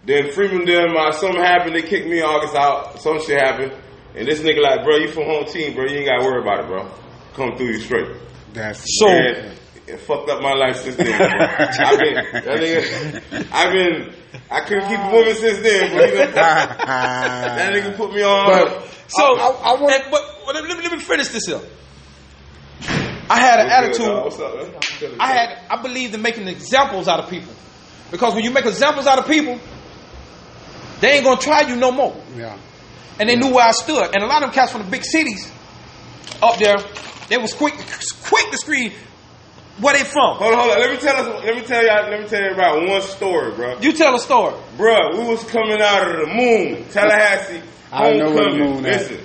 Then Freeman them, uh, something happened. They kicked me in August out. Some shit happened, and this nigga like, bro, you from home team, bro. You ain't got to worry about it, bro. Come through you straight. [laughs]
That's
So-
And it fucked up my life since then. bro. I've been, that nigga, I've been, I couldn't keep a woman since then. But he done- that nigga put me on.
But-
So,
I- I- I wanna-
and- but, but let, me, let me finish this up. I had an attitude.
What's up, man?
I had. I believed in making examples out of people, because when you make examples out of people, they ain't gonna try you no more.
yeah.
And they knew where I stood. And a lot of them cats from the big cities up there, they was quick, quick to scream where they from.
Hold on, hold on. Let me tell us. Let me tell y'all. Let me tell you about one story, bro.
You tell a story.
Bruh, we was coming out of the moon, Tallahassee.
I know where the
homecoming.
moon at.
Listen,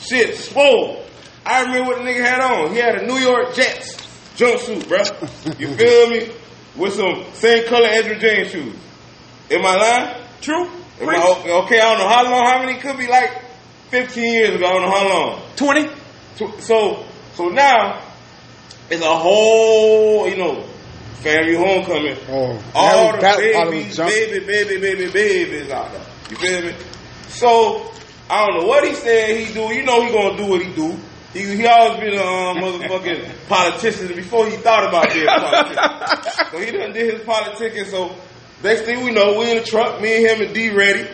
shit, swole. I remember what the nigga had on. He had a New York Jets jumpsuit, bruh.
[laughs]
You feel me? With some same color Edra James shoes. Am I lying?
True.
Am I, okay, I don't know how long, how many could be like 15 years ago, I don't know how long.
Twenty.
To- So so now it's a whole you know family homecoming.
Oh,
all
that-
the
that- all
babies,
them junk-
baby, baby, baby, babies out there. You feel me? So I don't know what he said he do. You know he gonna do what he do. He, he always been a um,
[laughs]
motherfucking politician before he thought about being a politician. so he done did his politicking. So next thing we know, we in the truck, me and him and D ready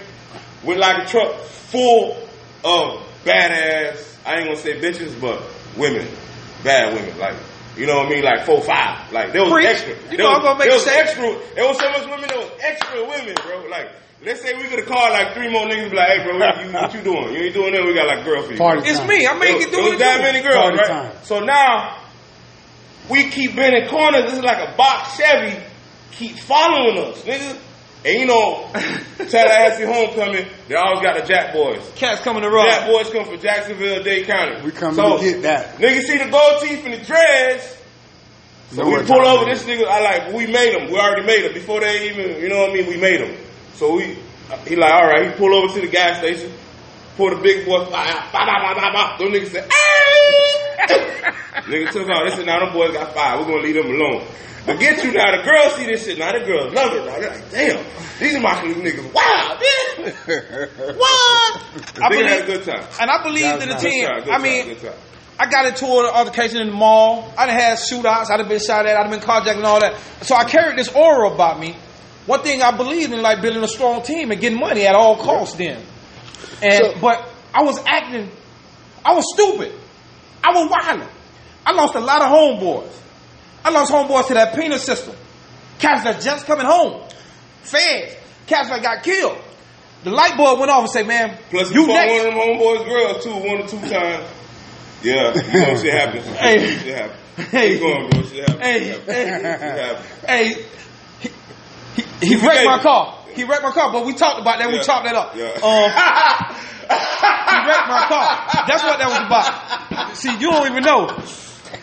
with like a truck full of badass. I ain't gonna say bitches, but women, bad women, like you know what I mean, like four five, like there was
Preach.
extra.
You
there
know
was,
I'm gonna make
there was
a statement.
extra. There was so much women. There was extra women, bro. Like let's say we could have called like three more niggas, be like, hey, bro, what you, what you doing? You ain't doing that. We got like girl for you.
Party
It's
time.
me. I make
It
it do
was
it.
that many girls,
Party time.
right? So now we keep bending corners. This is like a box Chevy keep following us, nigga. And you [laughs] know, Tallahassee homecoming, they always got the Jack boys.
Cats coming to run.
Jack boys come from Jacksonville, Dade County.
We coming
so,
to get that.
Nigga see the gold teeth and the dreads. So
Nowhere
we pull
down
over
there.
this nigga. I like we made him. We already made him before they even. You know what I mean? We made him. So we he like all right. He pull over to the gas station. Pull the big boy. Bah, bah, bah, bah, bah, bah. Them niggas said, "Hey!" nigga took out. They said, "Now them boys got five. We're gonna leave them alone." But get you now. The girls see this shit. Now the girls love it. Now they're like, "Damn, these Immaculate niggas, wow, man,
[laughs]
what?"
I
I nigga had a
believe-
good time.
And I believed
That's
in the
nice.
team.
Good time, good
I
time,
mean,
good time.
I got into an altercation in the mall. I done had shootouts. I done been shot at. I done been carjacked and all that. So I carried this aura about me. One thing I believed in, like building a strong team and getting money at all costs. Then, and
So-
but I was acting. I was stupid. I was wilding. I lost a lot of homeboys. I lost homeboys to that penal system. Cats that just coming home. Feds. Cats that got killed. The light bulb went off and said, "Man,
Plus, you
you
fuck one of
next."
them homeboys' girls too, one or two times. Yeah, you know shit happens.
Hey.
shit happens.
Hey.
Keep going, bro. Shit happens.
Hey,
shit happens.
hey.
Shit happens.
hey, he, he, he wrecked my
baby.
car. He wrecked my car, but we talked about that. We
Yeah.
chopped that up.
Yeah.
Um, [laughs] he wrecked my car. That's what that was about. See, you don't even know.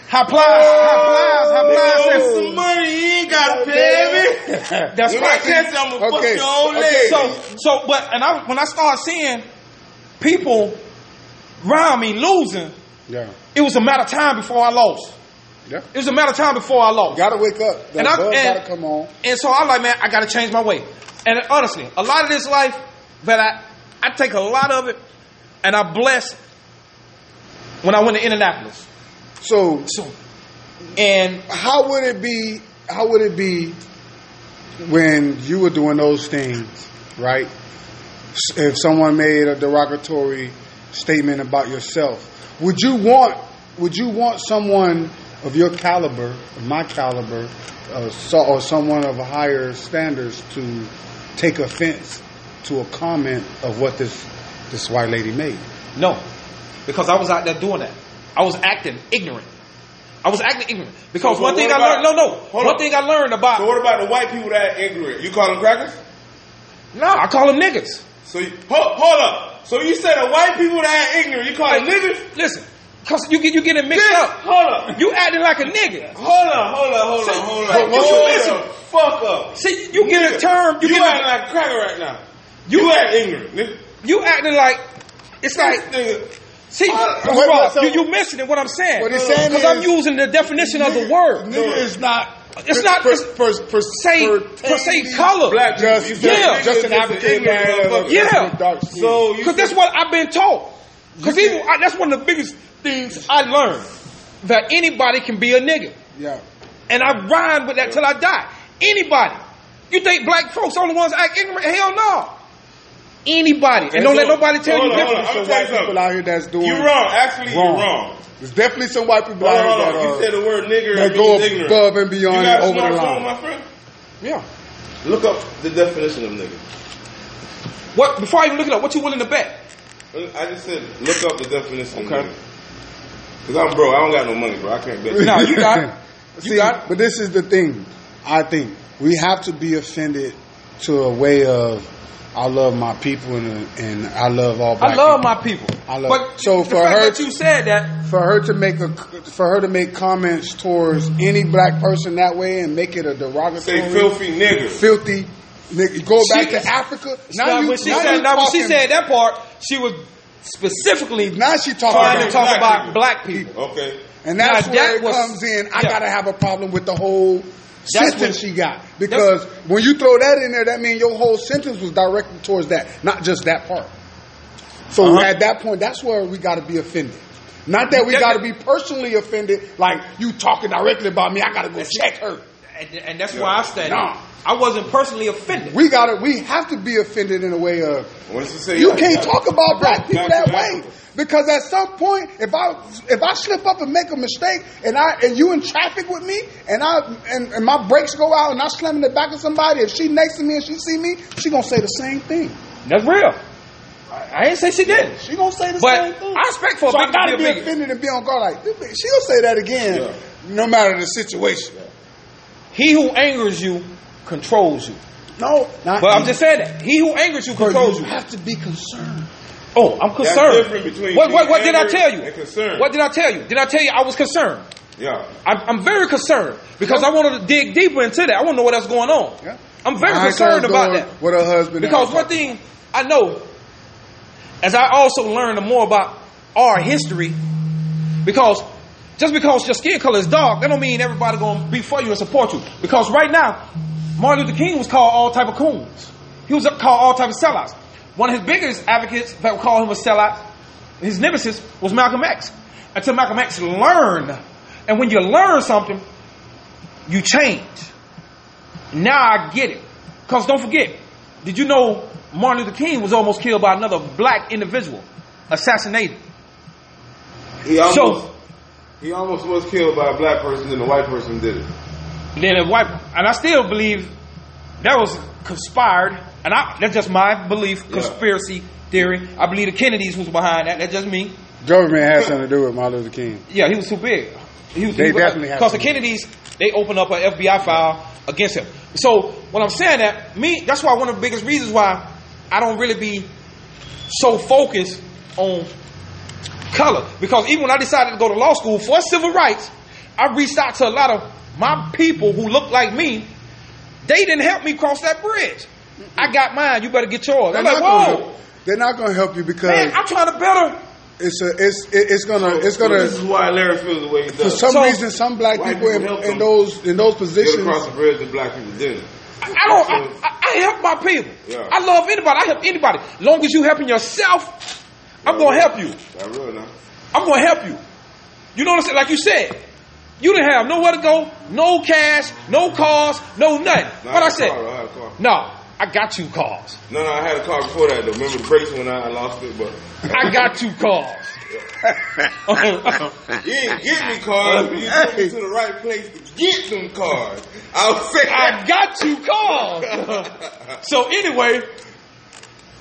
How plies, how plies, how plies.
Oh, some money you ain't
[laughs]
gotta pay me.
That's
When I
right.
catch you, I'ma fuck
Okay.
your old
Okay,
lady.
So, so, but, and I, when I started seeing people around me losing,
Yeah.
it was a matter of time before I lost.
Yeah.
It was a matter of time before I lost.
Gotta wake up. The
And I-
bug
and-
gotta come on.
And so I'm like, man, I gotta change my way. And honestly, a lot of this life, but I, I take a lot of it, and I bless when I went to Indianapolis.
So
So, and
how would it be how would it be when you were doing those things right S- if someone made a derogatory statement about yourself. Would you want Would you want someone of your caliber, of my caliber, uh, so, or someone of higher standards to take offense to a comment of what this this white lady made?
No, because I was out there doing that. I was acting ignorant. I was acting ignorant because
So, but
one thing
what
I learned. No,
about-
no.
Hold
One
on.
thing I learned about.
So what about the white people that ignorant? You call them crackers?
nah, I call them niggas.
So you, hold, hold up. So you said the white people that ignorant, you call them niggas?
Listen, cause you get you getting mixed
Niggas,
up.
Hold up.
You acting like a nigga.
Hold up, hold up, hold
See,
up, hold
but
up.
what you
Hold
listen-
the fuck up.
See, you get a term. You,
You,
get a-
acting like a cracker right now. You,
You-
act ignorant, nigga.
you acting like it's like.
Nigga.
See,
What-
Ross,
what- so-
you, you missing it. What I'm saying.
What he's saying
because I'm
is-
using the definition of the word.
Nigga is not.
It's not
per,
per-
per, per,
Say per se color.
Black
Just,
people, you said
Yeah.
just,
niggas
just an
is
African
ignorant
man.
motherfucker.
Yeah.
Dark skin.
So you
Because that's what I've been taught. Because even I, that's one of the biggest things I learned that anybody can be a nigga,
yeah.
and I rhyme with that till I die. Anybody. You think black folks are the ones that act ignorant? Hell no. Anybody, and don't let
so-
nobody tell
hold on,
you
hold
different.
on.
Some
I'ma tell
white
you
people
something.
out here that's doing.
You're wrong. Actually,
Wrong.
you're wrong.
There's definitely some white people
Hold
out
on,
here
hold
that
on.
are-
You said the word nigger
that
and
go
means ignorant.
above and beyond
you got a
over the
smartphone,
line.
my friend?
Yeah.
Look up the definition of nigger.
What? Before I even look it up, what you willing to bet?
I just said look up the definition okay. of nigger. Cause I'm broke. I don't got no money, bro. I can't bet.
[laughs]
you.
No, you got it. You
See,
got it.
but this is the thing. I think we have to be offended to a way of I love my people and and I love all. Black
I love
people.
my people.
I love-
But
so
the
for
fact
her-
that you said that,
for her to make a for her to make comments towards any black person that way and make it a derogatory,
Say filthy nigger.
filthy. Nigga, go
She-
back to Africa.
now when she
now
said
you
now when she
talking-
said that part, she was specifically
now she
trying
talking
to
about,
black
talk about
people.
black people.
Okay.
and that's
Now
where
that
it
was-
comes in. I
yeah.
gotta have a problem with the whole
That's
sentence
what-
she got because when you throw that in there, that means your whole sentence was directed towards that, not just that part. So
Uh-huh.
at that point, that's where we got to be offended. Not that we
That-
got to be personally offended, like you talking directly about me. I got to go check her.
And, and that's why I said
Nah.
I wasn't personally offended.
We gotta, we have to be offended in a way of
What did you say?
you
Yeah,
can't
yeah.
talk about black people that
back to back.
way because at some point, if I if I slip up and make a mistake, and I and you in traffic with me, and I and, and my brakes go out, and I slam in the back of somebody, if she next to me and she see me, she gonna say the same thing.
That's real. I, I didn't say she didn't.
She gonna say the same
But
thing.
I expect for a
so I
big to
gotta
be
be
a bigot.
offended and be on guard. Like this bitch, she'll say that again, no matter the situation.
He who angers you controls you.
No, not
But I'm just saying that. He who angers you
Bro,
controls
you
you.
have to be concerned.
Oh, I'm
That's
concerned.
different between
what what, what
being
did I
angry
tell you?
and concerned.
What did I tell you? Did I tell you I was concerned?
Yeah.
I'm, I'm very concerned because I wanted to dig deeper into that. I want to know what else going on.
Yeah.
I'm very
Behind closed
concerned about
doors,
that.
With her husband, and
Because
her
one thing I know, as I also learned more about our history, because just because your skin color is dark, that don't mean everybody gonna be for you and support you. Because right now, Martin Luther King was called all type of coons. He was called all type of sellouts. One of his biggest advocates that would call him a sellout, his nemesis was Malcolm X. Until Malcolm X learned, and when you learn something, you change. Now I get it. Because don't forget, did you know Martin Luther King was almost killed by another black individual, assassinated?
He almost,
So-
he almost was killed by a black person and a white person did it.
Then a white, and I still believe that was conspired. And I, that's just my belief, conspiracy theory. I believe the Kennedys was behind that. That's just me.
Government had something to do with Martin Luther King.
Yeah, he was too big. He was
They definitely have
because the
to be.
Kennedys they opened up an FBI file against him. So when I'm saying that, me that's why one of the biggest reasons why I don't really be so focused on color because even when I decided to go to law school for civil rights, I reached out to a lot of my people who look like me. They didn't help me cross that bridge. I got mine. You better get yours. I'm like,
gonna help-
whoa,
they're not going to help you because
man, I'm trying to better.
it's a, it's it, it's gonna it's gonna
this is why Larry feels the way he
for
does.
some
So-
reason some black
White
people in,
people help
in
them.
those in those
Get
positions.
across the bridge and black people did it.
I I don't. I- I, I help my people.
Yeah.
I love anybody. I help anybody. Long as you helping yourself, I'm gonna help you.
I real now.
I'm gonna help you. You know what I'm saying? Like you said, you didn't have nowhere to go, no cash, no cars, no nothing.
Nah,
what
I
I
had a
said?
car, I had a car.
No, I got you cars.
No, no, I had a car before that though. Remember the brakes when I I lost it, but
[laughs] I got you
[laughs]
cars. Uh-huh.
you ain't get me cars. but You took me to the right place to get them cars. I was saying,
I [laughs] got you called. so anyway,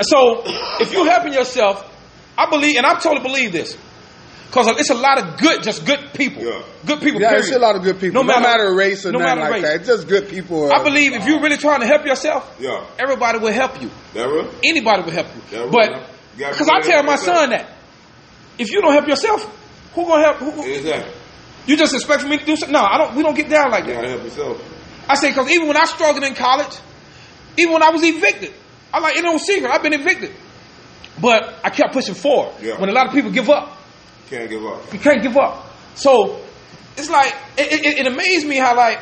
so if you helping yourself, I believe, and I totally believe this, because it's a lot of good, just good people,
Yeah.
good people.
Yeah,
period.
it's a lot of good people. No matter, race or
no
nothing
matter race.
like that. It's just good people.
I believe if you're really trying to help yourself,
yeah,
everybody will help you.
that real?
Anybody will help you.
Yeah, we-
but
you gotta
because
be
I
ready
tell
for
my
yourself.
son that if you don't help yourself, who gonna help? Who, who-
Exactly.
you just expect for me to do something? No, I don't. We don't get down like
You
that.
gotta help yourself.
I say because even when I struggled in college, even when I was evicted, I like it no secret. I've been evicted, but I kept pushing forward.
Yeah.
When a lot of people give up,
Can't give up.
you can't give up. So it's like it, it, it amazed me how like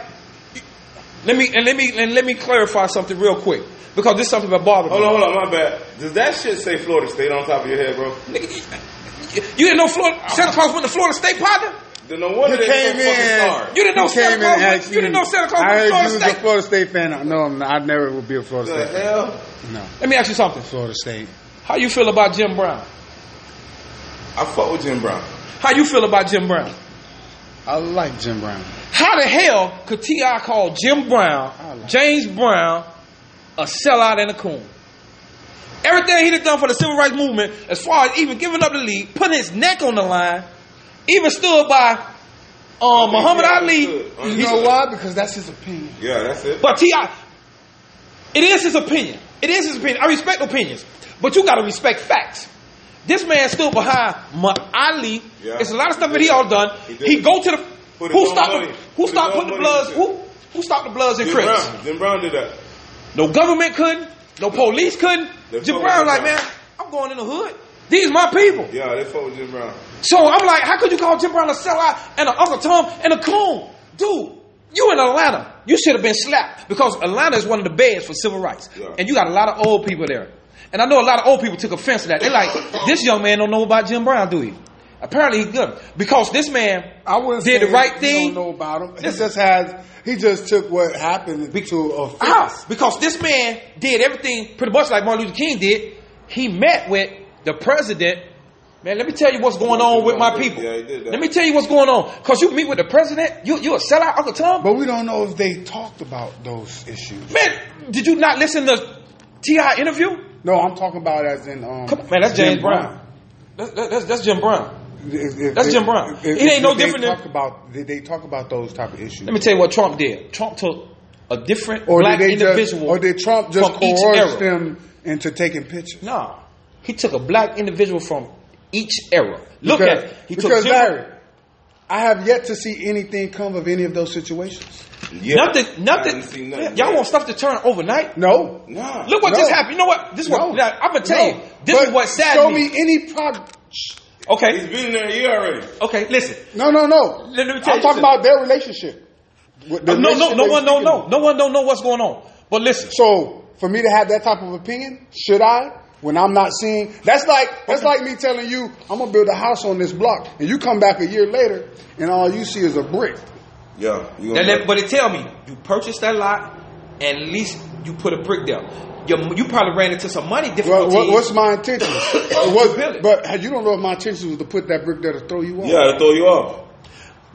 let me and let me and let me clarify something real quick because this is something that bothered
Hold
me.
on, hold on, my bad. Does that shit say Florida State on top of your head, bro?
Nigga, you- You didn't know Florida, Santa Claus went to Florida State, partner.
Then no wonder
You
they
came
so fucking
in.
starved.
You didn't know
You
Santa
came in
Claus.
and
went-
asked
You didn't
me-
know Santa Claus
I
went to
heard
Florida
you was a
State.
Florida State fan. No, I'm not. I never will be a Florida
The
State fan.
hell?
No,
Let me ask you something.
Florida State.
How you feel about Jim Brown?
I fuck with Jim Brown.
How you feel about Jim Brown?
I like Jim Brown.
How the hell could T.I. call Jim
I
Brown,
like
James Brown, a sellout and a coon? Everything he done done for the civil rights movement, as far as even giving up the league, putting his neck on the line, even stood by uh, Muhammad
yeah,
Ali.
understood,
You
He's-
know why? Because that's his opinion.
Yeah, that's it.
But T.I., it is his opinion. It is his opinion. I respect opinions, but you got to respect facts. This man stood behind Ma- Ali.
Yeah.
It's a lot of stuff that he all done.
He
He,
did.
go to the
Put his
who
own
stopped
money.
the, who
Put
stopped
his own
putting
money
the Bloods
into
who who stopped the Bloods and
Jim
Crips.
Brown. Jim Brown did that.
No government couldn't. No police couldn't.
They
Jim
fuck
Brown
with
like
Jim
man, I'm going in the hood. These my people.
Yeah, they fuck with Jim Brown.
So I'm like, how could you call Jim Brown a sellout and an Uncle Tom and a coon? Dude, you in Atlanta. You should have been slapped because Atlanta is one of the beds for civil rights.
Yeah.
And you got a lot of old people there. And I know a lot of old people took offense to that. They're like, this young man don't know about Jim Brown, do he? Apparently he good. Because this man
I wouldn't
did
say
the right
you
thing.
Don't know about him. He
Listen.
just has. He just took what happened to a
Ah, because this man did everything pretty much like Martin Luther King did. He met with the president. Man, let me tell you what's going on with my people.
Yeah, he did that.
Let me tell you what's going on. Because you meet with the president, you, you a sellout, Uncle Tom.
But we don't know if they talked about those issues.
Man, did you not listen to T.I. interview?
No, I'm talking about as in. Um,
Come on, man, that's James Brown. That's, that's, that's Jim Brown.
If- if-
That's
if-
Jim Brown.
if-
It
if-
ain't no
if they
different than-
Talk about, did they talk about those type of issues?
Let me tell you what Trump did. Trump took a different
or
black
did they
individual.
Just, or did Trump just
from each
coerce
era.
them into taking pictures?
No. He took a black individual from each era. Look
because,
at it. He
because
took Jim-
Larry, I have yet to see anything come of any of those situations.
Yeah.
Nothing,
I
nothing.
didn't see nothing.
Y'all want stuff to turn overnight?
No,
Nah.
Look what
No.
just happened. You know what? This
no.
one. Now, I'm gonna tell
No.
you. This
But
is what
Show
saddened
me any pro.
He's
Okay,
been there a year already.
okay. Listen.
No, no, no.
Let me tell
I'm
you
talking
something.
about their relationship. What- the
No, no,
relationship
no
they
one, no,
speaking
no,
of.
no one don't know what's going on. But listen.
So for me to have that type of opinion, should I? When I'm not seeing, that's like that's like me telling you I'm gonna build a house on this block, and you come back a year later, and all you see is a brick.
Yeah. You
Now,
gonna
let- but it tell me you purchased that lot, and at least you put a brick there. Your, you probably ran into some money
Well,
difficulties.
what, what's my intention? It was-
To build it.
but you don't know if my intention was to put that brick there to throw you off.
yeah, to throw you off.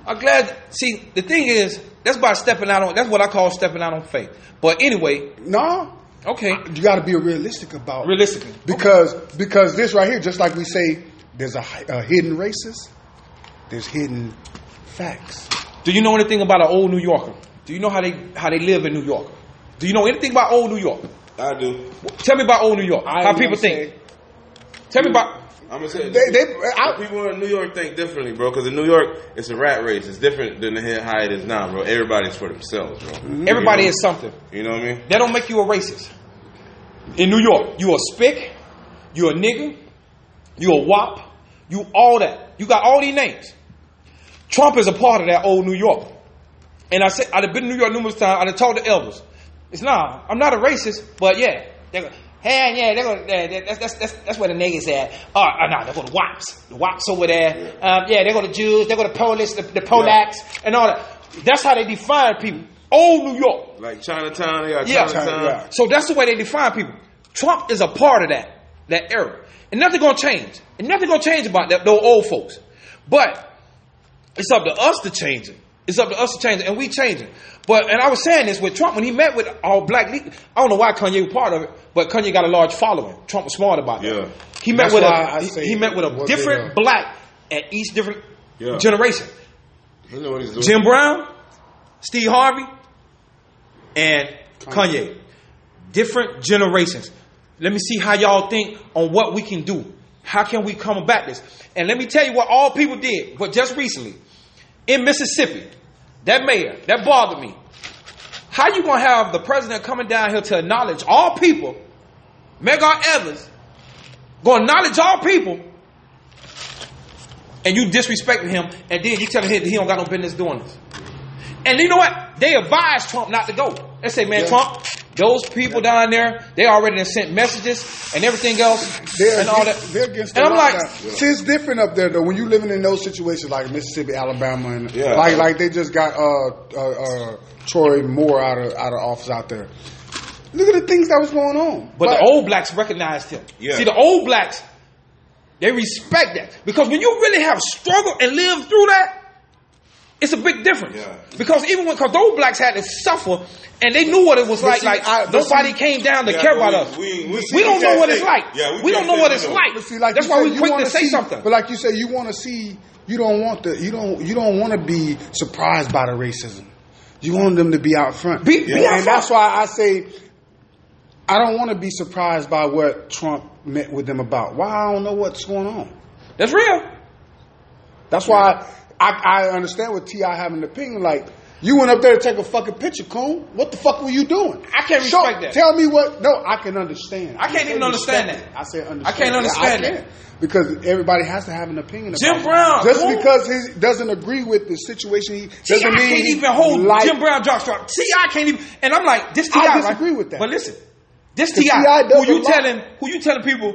I'm glad. See, the thing is, that's by stepping out on. That's what I call stepping out on faith. But anyway,
No,
okay.
you got to be realistic about
Realistically,
because because this right here, just like we say, there's a, hi- a hidden racist, there's hidden facts.
Do you know anything about an old New Yorker? Do you know how they how they live in New York? Do you know anything about old New York?
I do.
Tell me about old New York.
I
how
am
people
gonna
think. Tell me about.
I'm gonna say
They, they, I,
The people in New York think differently, bro. Because in New York, it's a rat race. It's different than here how it is now, bro. Everybody's for themselves, bro.
Everybody
You know?
is something.
You know what I mean?
That don't make you a racist. In New York, you a spick, you a nigga, you a wop, you all that. You got all these names. Trump is a part of that old New York. And I said, I'd have been in New York numerous times. I'd have told the elders, it's nah, I'm not a racist, but yeah. They go, hey, yeah, they're gonna, yeah, that- that's, that's, that's, that's where the niggas at. Oh, uh, nah, they're going to WAPs. The WAPs over there. Um, yeah, they're going to Jews, they're going to Polish, the, the Polacks, and all that. That's how they define people. Old New York.
Like Chinatown, they got
Yeah.
Chinatown.
Chinatown.
So that's the way they define people. Trump is a part of that that era, and nothing gonna change. And nothing gonna change about that, those old folks. But it's up to us to change it. It's up to us to change it, and we change it. But and I was saying this with Trump when he met with all black. lead- I don't know why Kanye was part of it, but Kanye got a large following. Trump was smart about that.
Yeah.
He met
That's
with
why I
a
say
he, he met with a
what they
different
know.
black at each different
Yeah.
generation.
You know what he's doing.
Jim Brown, Steve Harvey, and Kanye. Different generations. Let me see how y'all think on what we can do. How can we come back this? And let me tell you what all people did, but just recently in Mississippi, that mayor, that bothered me. How you gonna have the president coming down here to acknowledge all people, Megan Evans, gonna acknowledge all people, and you disrespecting him, and then you telling him that he don't got no business doing this. And you know what? They advised Trump not to go. They say, man,
Yeah.
Trump, those people down there, they already done sent messages and everything else
They're
and all
against,
that.
they're against
and
the
I'm like,
lockdown. See, it's different up there though. When you living in those situations like Mississippi, Alabama, and
Yeah.
like like they just got uh, uh, uh, Troy Moore out of out of office out there. Look at the things that was going on.
But, the old blacks recognized him.
Yeah.
See, the old blacks, they respect that. Because when you really have struggled and lived through that, it's a big difference.
Yeah.
Because even when, because those blacks had to suffer and they knew what it was like.
see,
like,
I- but
nobody
see-
came down to
Yeah,
care
but we-
about us.
we- we-
We,
we
don't know
can't
what it's
say-
like.
yeah, we
we don't
can't
know
say
what
we
it's
know.
like.
But see, like
That's
you
why
said,
we
you
quick to
wanna
say
see-
something.
But like you say, you want to see. You don't want the. You don't. You don't want to be surprised by the racism. You want them to be out front.
Be- be
and
out front.
that's why I say. I don't want to be surprised by what Trump met with them about. Why I don't know what's going on.
That's real.
That's why I, I, I understand what Ti having an opinion. Like you went up there to take a fucking picture, coon. What the fuck were you doing?
I can't
Show-
respect that.
Tell me what? No, I can understand.
I can't even understand
respect
that.
it. I said
I
understand.
can't understand
Yeah, I
that.
can't. because everybody has to have an opinion.
Jim
about it.
Brown,
just
coon.
because he doesn't agree with the situation, he
T.I.
doesn't mean
can't
he
even hold
like-
Jim Brown jockstrap. T.I. can't even. And I'm like, this T.I.
I
right?
disagree with that.
But listen, this
Because
T.I.
T.I. does
who you
a lot.
telling who you telling people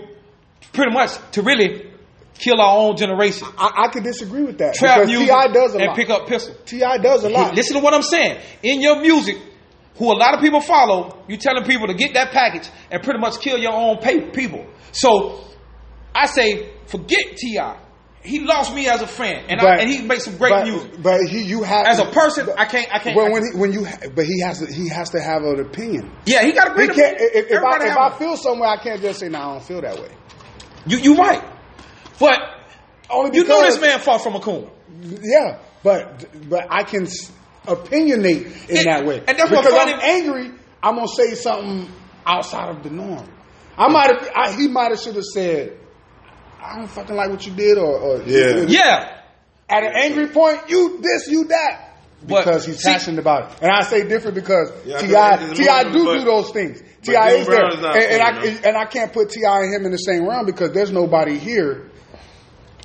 pretty much to really kill our own generation.
I, I could disagree with that
Trap
because
music
Ti does a
and
lot.
pick up pistol.
Ti does a lot.
Listen to what I'm saying. In your music, who a lot of people follow, you telling people to get that package and pretty much kill your own pay- people. So I say, forget T.I. He lost me as a fan, and I,
But-
and he makes some great
but,
music.
But he, you have
As a person, I can't- I can't-
But
I
when he, when you, ha- but he has to, he has to have an opinion.
Yeah, he got a
He
great.
can't,
opinion.
if, if, I,
Everybody
if
have
I
one.
feel somewhere, I can't just say, "No, I don't feel that way."
You you right, but
Only
you know
because-
this man fought from a coon.
Yeah, but but I can s- opinionate in
And-
that way.
and that's what
because
funny-
I'm angry. I'm gonna say something outside of the norm. I might have. I, he might have should have said, "I don't fucking like what you did," or, or
Yeah.
Yeah,
At an angry point, you this, you that.
But-
Because he's
see-
passionate about it, and I say different because
Yeah, I
Ti
think it's
Ti
moving,
do
but-
do those things. Ti
Jim
is there,
Brown is
and,
not
and I
doing that.
and I can't put Ti and him in the same round because there's nobody here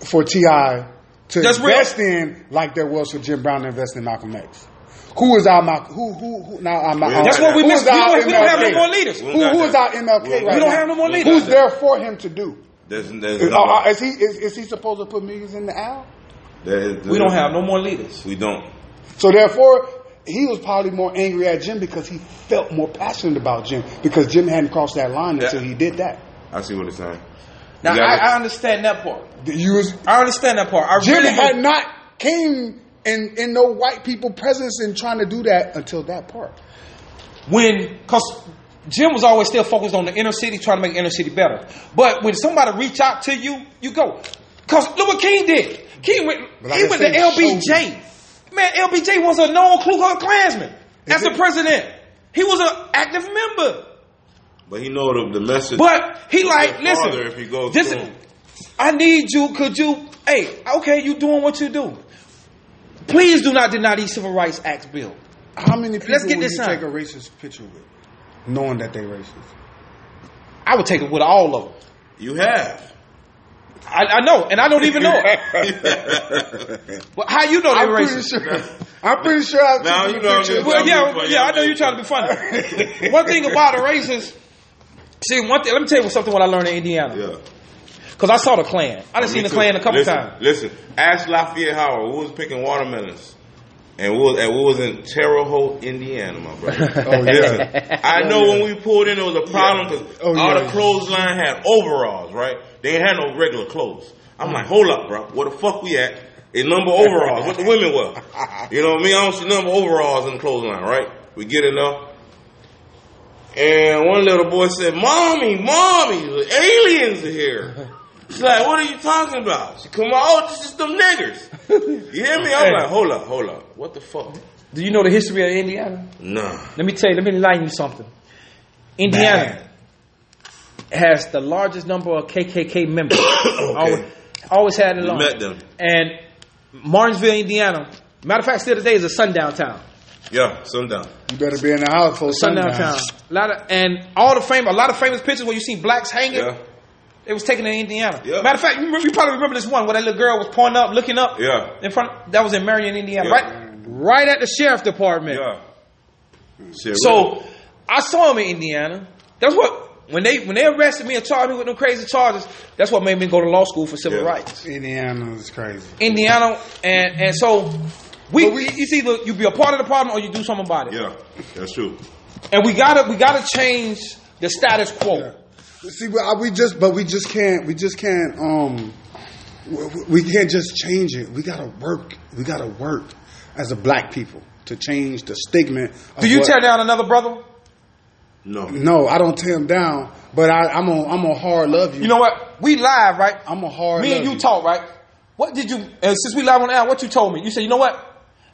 for Ti to
That's real.
invest in like there was for Jim Brown to invest in Malcolm X. Who is our Malcolm? Who who who? Now our Malcolm.
That's what we
Who
miss.
is
We
our
don't- we don't have
MLK?
no more leaders.
Who who is our MLK
We
right
don't
now?
have no more leaders.
Who's there for him to do?
There's, there's
Is,
no-
uh, is he is, is he supposed to put millions in the owl?
there is-
we don't have no more leaders.
We don't.
So therefore, he was probably more angry at Jim because he felt more passionate about Jim because Jim hadn't crossed that line until
Yeah.
he did that.
I see what it's saying.
Now
You gotta-
I, I understand that part.
You was-
I understand that part. I
Jim
really do.
had not came in in no white people presence and trying to do that until that part.
when because Jim was always still focused on the inner city, trying to make inner city better. But when somebody reach out to you, you go. Cause look what King did. King went.
But like
he
I
went to
said,
LBJ. Man, LBJ was a known Ku Klux Klansman as
Is
the
it-
president. He was an active member.
But he know the, the message.
But he like,
Father,
listen.
if he goes
this-
through.
I need you. Could you? Hey, okay, you doing what you do. Please do not deny these civil rights acts bill.
How many people
Let's get
would
this
you
out.
take a racist picture with, knowing that they racist?
I would take it with all of them.
you have.
I, I know, and I don't
[laughs]
even know it. But how you know they
I'm
were
pretty
racist?
sure. I'm pretty sure I've
Now
taken
you know
a picture.
I'm
Well,
Tell me
yeah,
what
yeah,
y'all
I know you're
do.
trying to be funny. one thing about the racist, see, one thing. Let me tell you something. What I learned in Indiana,
Yeah.
because I saw the Klan. I done seen
Me
the
too.
Klan a couple
listen,
times.
Listen, ask Lafayette Howard who was picking watermelons. and we was, and we was in Terre Haute, Indiana, my brother.
[laughs] Oh yeah.
I
Oh,
know when we pulled in, it was a problem because
Oh,
all
yeah,
the
yeah.
clothesline had overalls, right? They ain't had no regular clothes. I'm like, hold up, bro. Where the fuck we at? In number overalls, what the women
[laughs]
were. You know what I mean? I don't see number overalls in the clothesline, right? We get it up. And one little boy said, Mommy, mommy, the aliens are
[laughs]
here. She's like, what are you talking about? She come out, oh, this is them niggers. You hear me? I'm like, hold up, hold up. What the fuck?
Do you know the history of Indiana?
Nah.
Let me tell you, let me enlighten you something. Indiana has the largest number of KKK
[coughs]
members. always, always had it long.
met them.
And Martinsville, Indiana, matter of fact, still today is a sundown town.
Yeah, sundown.
You better be in the house for
Sundown, town. A lot of, and all the fame, a lot of famous pictures where you see blacks hanging.
Yeah.
It was taken in Indiana.
Yeah.
Matter of fact, you, remember, you probably remember this one where that little girl was pointing up, looking up
Yeah.
in front. That was in Marion, Indiana,
Yeah.
right? Right at the sheriff department.
Yeah. Shit, really.
So I saw him in Indiana. That's what when they when they arrested me and charged me with them crazy charges. That's what made me go to law school for civil
Yeah.
rights.
Indiana is crazy.
Indiana, and and so we, we it's either you be a part of the problem or you do something about it.
Yeah, that's true.
And we gotta we gotta change the status quo.
See, but I- we just, but we just can't, we just can't, um, we, we can't just change it. We gotta work. We gotta work as a black people to change the stigma. of
Do you
what-
tear down another brother?
No.
No, I don't tear them down. But I, I'm on, I'm on hard love you.
You know what? We live, right?
I'm a hard.
me and
love
you talk, right? What did you? And since we live on the air, what you told me? You said, you know what?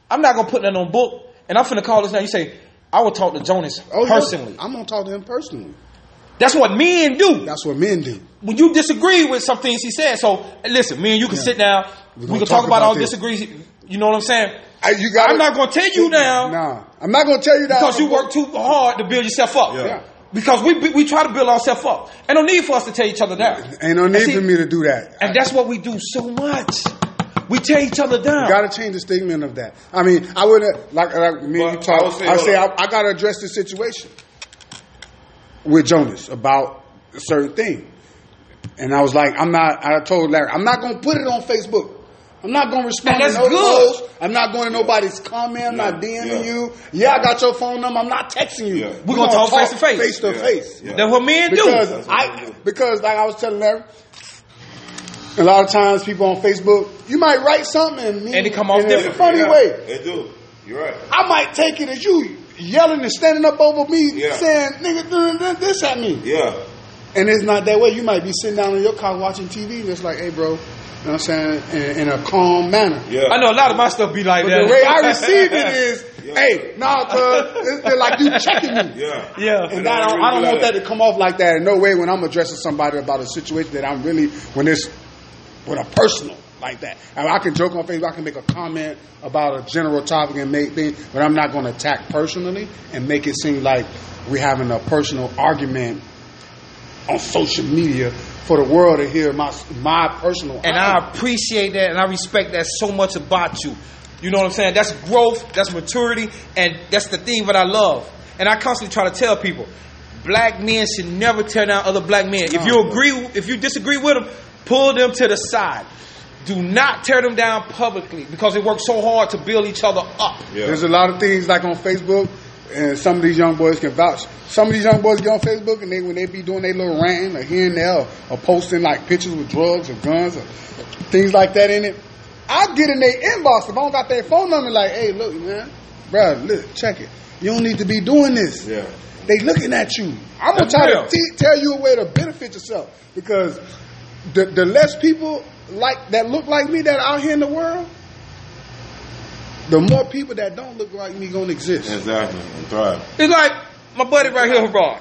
I'm not gonna put that on book, and I'm finna call this now. You say, I will talk to Jonas
Oh, yeah.
personally.
I'm gonna talk to him personally.
That's what men do.
That's what men do.
When you disagree with some things he said, so listen, me and you can sit down. We can
We're gonna
talk,
talk
about,
about
all
this.
disagrees. You know what I'm saying?
I, you got.
I'm not gonna tell you now
Nah, I'm not gonna tell you that
because you work too hard to build yourself up.
Yeah.
Because we we try to build ourselves up, and no need for us to tear each other down.
Ain't no
And
need
see-
for me to do that.
And that's what we do so much. We tear each other down.
You gotta change the stigma of that. I mean, I wouldn't like, like me and you
But
talk.
I
I
would say,
say, I,
hold on.
I gotta address this situation with Jonas about a certain thing, and I was like, I'm not. I told Larry, I'm not gonna put it on Facebook. I'm not gonna
And
respond to
that's
no
good.
posts. I'm not going to nobody's comment. I'm not DMing
Yeah.
you. Yeah, I got your phone number. I'm not texting you.
Yeah.
We're gonna talk face to face.
Face to
Yeah.
face.
Yeah.
That's what men do.
Because I because like I was telling Larry, a lot of times people on Facebook, you might write something and, mean
And it come off
in
different.
a funny
Yeah,
way.
They do. You're right.
I might take it as you yelling and standing up over me
Yeah.
saying nigga th- th- this at me,
Yeah.
and it's not that way. You might be sitting down on your couch watching TV and it's like, hey bro, you know what I'm saying, in, in a calm manner.
Yeah.
I know a lot of my stuff be like
uh, But
that.
the way I
[laughs]
receive it is,
Yeah.
hey, nah, cuz it's been like you checking me.
Yeah.
Yeah.
And I don't, I don't want that to come off like that in no way when I'm addressing somebody about a situation that I'm really, when it's, when a personal like that. I, mean, I can joke on Facebook, I can make a comment about a general topic and make things, but I'm not going to attack personally and make it seem like we're having a personal argument on social media for the world to hear my my personal.
And I appreciate that and I respect that so much about you. You know what I'm saying? That's growth, that's maturity, and that's the thing that I love. And I constantly try to tell people, black men should never tear down other black men. If
Oh.
you agree, if you disagree with them, pull them to the side. Do not tear them down publicly because they work so hard to build each other up.
Yeah.
There's a lot of things like on Facebook, and some of these young boys can vouch. Some of these young boys get on Facebook, and they when they be doing their little ranting or here and there, or, or posting like pictures with drugs or guns or things like that in it. I get in their inbox if I don't got their phone number. Like, hey, look, man, bro, look, check it. You don't need to be doing this.
Yeah.
They looking at you. I'm gonna
That's
try
real.
to te- tell you a way to benefit yourself because the the less people like that look like me that are out here in the world, the more people that don't look like me gonna exist.
Exactly. And thrive.
It's like my buddy right here, Rod.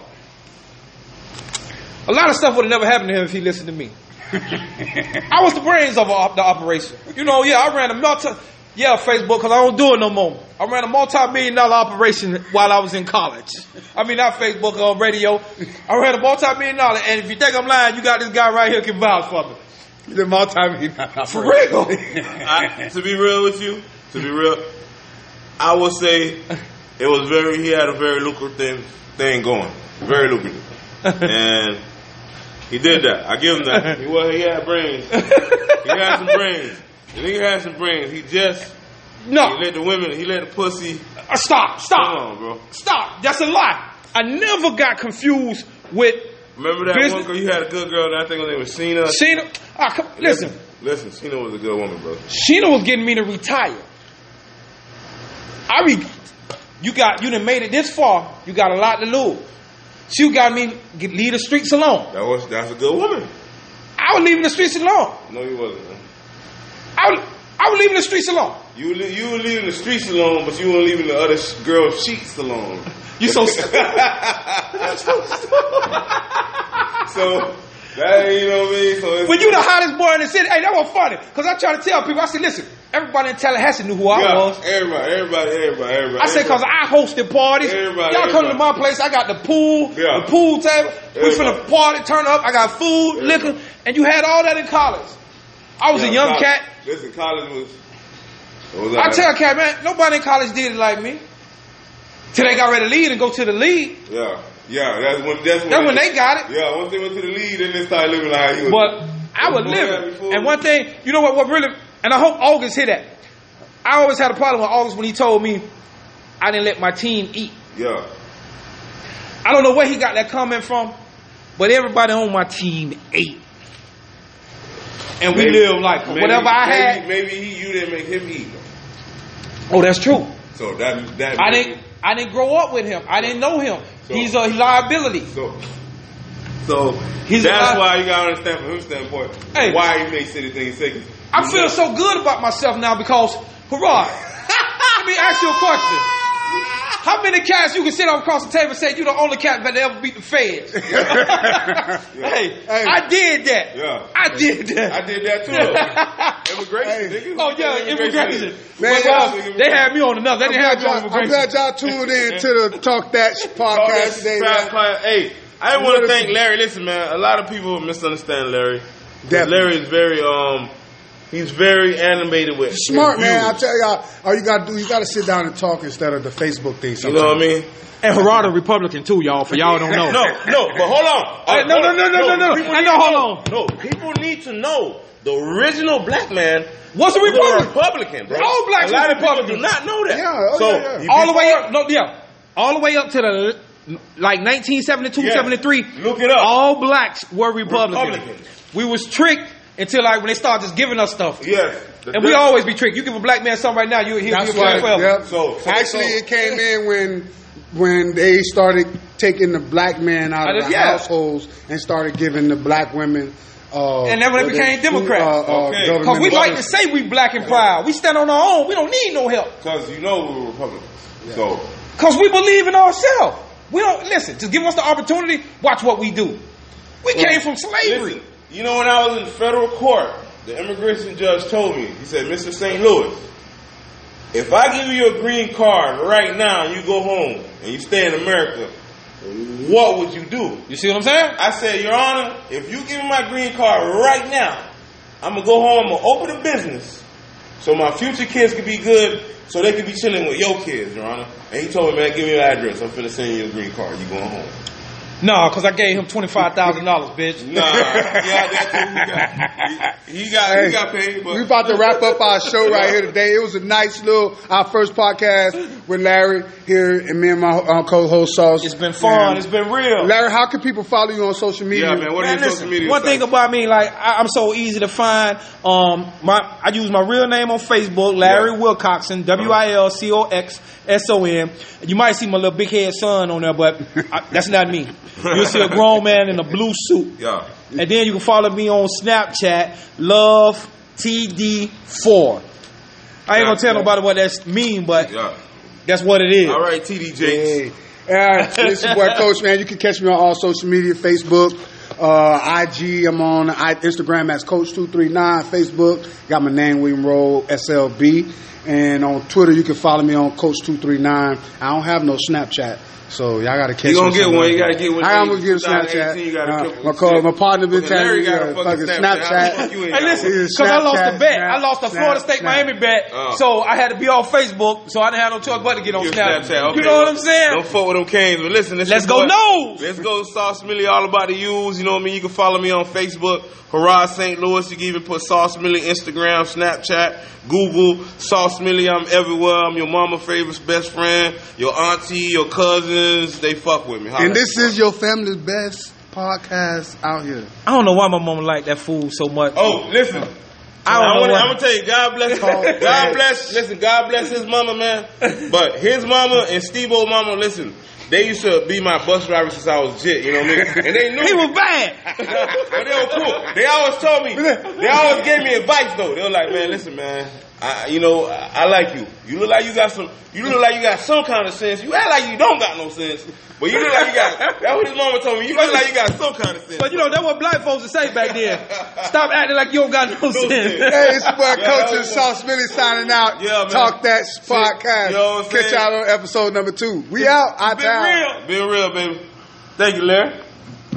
A lot of stuff would have never happened to him if he listened to me. I was the brains of op- the operation. You know, yeah, I ran a multi, yeah, Facebook, because I don't do it no more. I ran a multi-million dollar operation while I was in college. I mean, not Facebook on radio. I ran a multi-million dollar, and if you think I'm lying, you got this guy right here can vouch for me.
The multi
[laughs] For real.
I, to be real with you, to be real, I would say it was very. He had a very lucrative thing, thing going. Very lucrative, and he did that. I give him that. He was. He had brains. He had some brains. The nigga had some brains. He just He
[laughs] No,
let the women. He let the pussy.
Uh, stop,
Come
stop,
on, bro.
stop. That's a lie. I never got confused with
Remember that
Business-
one girl? You had a good girl. and I think her name was Sheena.
Sheena. Ah, come, listen,
Listen, Sheena was a good woman, bro.
Sheena was getting me to retire. I re- you got you done made it this far. You got a lot to lose. She got me get, leave the streets alone.
That was that's a good woman.
I was leaving the streets alone.
No, you wasn't. man.
I was, I was leaving the streets alone.
You were li- you were leaving the streets alone, but you weren't leaving the other sh- girl sheets alone. [laughs]
You [laughs] so stupid.
So that you know what I mean. So it's,
when you the hottest boy in the city. Hey, that was funny because I try to tell people. I said, listen, everybody in Tallahassee knew who I
yeah,
was.
everybody, everybody, everybody, everybody.
I said, cause I hosted parties.
Everybody,
Y'all come to
everybody.
my place. I got the pool,
Yeah.
the pool table. We
Everybody.
finna party, turn up. I got
Everybody.
food, liquor, and you had all that in college. I was
Yeah,
a young
college-
cat.
Listen, college was. it was
I
alright.
tell cat man, nobody in college did it like me. Till they got ready to leave and go to the league.
Yeah, yeah. That's when that's when,
That's when they got it.
Yeah, once they went to the lead, then they started living like how you. was-
But I
That's
was
what we had
living.
before.
And one thing, you know what? What really, and I hope August hit that. I always had a problem with August when he told me I didn't let my team eat.
Yeah,
I don't know where he got that comment from, but everybody on my team ate. And we
Maybe-
lived like
maybe-
whatever I
maybe,
had.
Maybe he, you didn't make him eat.
Oh, that's true.
So that that
I didn't. I didn't grow up with him. I didn't know him.
So-
He's a liability.
So, so
He's
that's
alive.
why you gotta understand from his standpoint
Hey.
why he made shitty things sick.
I feel
[laughs]
so good about myself now because, hurrah! [laughs] Let me ask you a question. How many cats you can sit up across the table and say you the only cat that ever beat the feds? hey,
Hey.
I did that.
Yeah.
I did that.
I did that too. though. immigration,
Hey.
nigga.
[laughs] Oh yeah, immigration.
Man,
Well,
y'all-
well, they had me on enough. They
I'm
didn't have
glad,
you on
y'all, I'm
immigration.
glad y'all tuned in to the Talk That Sh-
Talk that
podcast today,
crap,
man.
crap. Hey, I want to
Listen.
thank Larry. Listen, man, a lot of people misunderstand Larry. 'Cause
Definitely.
Larry is very um, he's very animated with
Smart
his
man, I
views.
tell y'all, all you gotta do, you gotta sit down and talk instead of the Facebook thing.
You know what I mean?
And Gerardo Republican too, y'all.
[laughs]
For y'all don't know.
No, no, but hold on.
Hey, no,
Hold
no,
on.
no, Oh, no, no, no.
people
I
need
know,
to
hold on.
No, people need to know the original black man
What's a
was
Republican?
Republican, bro.
All blacks
a lot
was
of people do
Republicans.
not know that.
Yeah, oh,
so
yeah, yeah.
you-
all the way up. No, yeah, all the way up to the like 1972,
Yeah.
73.
Look it up.
All blacks were Republicans.
Republicans.
We was tricked until like when they started just giving us stuff.
Yes. The-
And we always be tricked. You give a black man something right now, you he'll be a
That's
black
right.
forever.
Yep.
So- so-
actually,
so-
it came in when when they started taking the black man out
Out
of
of-
the
yeah.
households and started giving the black women. Uh,
And then when they
whether-
became Democrats.
Uh, uh,
Okay.
government
Cause we like to
bonus.
say we black and proud. We stand on our own. We don't need no help.
Because you know we were Republicans. So
Cause we believe in ourselves. We don't listen. Just give us the opportunity. Watch what we do. We came from slavery.
Listen, you know, when I was in federal court, the immigration judge told me, he said, Mr. St. Louis, if I give you a green card right now and you go home and you stay in America, what would you do?
You see what I'm saying?
I said, Your Honor, if you give me my green card right now, I'm gonna go home, I'm gonna open a business so my future kids can be good, so they can be chilling with your kids, Your Honor. And he told me, Man, give me your address. I'm finna send you a green card. You going home.
No, cause I gave him twenty five thousand dollars, bitch.
Nah, yeah, that's who he got. He, he got,
Hey,
he got paid, but
we about to wrap up our show right here today. It was a nice little our first podcast with Larry here, and me and my uh, co-host Sauce.
It's been fun.
And
It's been real.
Larry, how can people follow you on social media?
yeah, man. What are
Man,
your
listen,
social media?
one thing
sites?
about me, like I, I'm so easy to find. Um, my I use my real name on Facebook, Larry
Yeah.
Wilcoxon, W I L C O X S O N. You might see my little big head son on there, but I, that's not me. You'll see a grown man in a blue suit,
yeah,
and then you can follow me on Snapchat, Love TD4. I ain't gonna tell nobody what that's mean, but
yeah.
that's what it is.
All right, TD Jakes.
Hey.
[laughs]
Uh, this is boy Coach Man. You can catch me on all social media, Facebook, uh, IG. I'm on I, Instagram as Coach239. Facebook got my name William Roll SLB, and on Twitter you can follow me on Coach239. I don't have no Snapchat, so y'all gotta catch.
You gonna
me
get
somewhere.
one. You gotta get one.
I am gonna get a
2018, you gotta
Snapchat.
get
Uh, my,
one.
co- my partner been
Fucking
telling
Larry
me
got a
uh,
fucking
fucking
Snapchat. How the fuck you
Snapchat.
ain't
Hey, listen,
It's
because I lost
Snapchat,
the bet.
Snap,
I lost the
Snap,
Florida State
Snap.
Miami bet,
Uh.
so I had to be off Facebook, so I didn't have no choice but to get on
Get
Snapchat.
Snapchat. Okay,
you know what I'm
Don't
saying?
fuck with them canes, but listen, this
Let's
your
go
boy.
Noles.
Let's go Sauce Millie, all about the U's. You know what I mean? You can follow me on Facebook, Hurrah St. Louis. You can even put Sauce Millie, Instagram, Snapchat, Google, Sauce ultimately, I'm everywhere. I'm your mama' favorite best friend, your auntie, your cousins. They fuck with me. Holla
And
at
this
me.
is your family's best podcast out here.
I don't know why my mom liked that fool so much.
Oh, listen.
I don't
I
know
wanna,
why.
I'm gonna tell you, God
[laughs]
bless,
Talk
God
back.
bless. Listen, God bless his mama, man. But his mama and Steve-O's mama, listen, they used to be my bus driver since I was jit. You know what I mean? And they knew.
He was bad.
[laughs] but they were cool. They always told me. They always gave me advice though. They were like, "Man, listen, man. I, you know, I, I like you. You look like you got some. You look like you got some kind of sense. You act like you don't got no sense, but you look like you got. That's what his mama told me. You look like you got some kind of sense.
But you know, that what black folks would say back then. Stop acting like you don't got no sense.
Hey,
[laughs]
it's your boy
Yeah,
Coach
that
and
was-
South Smitty signing out.
Yeah, man.
Talk that podcast.
You know what I'm
Catch
saying?
y'all on episode number two. We out. I
Been real, been real, baby. Thank you, Larry.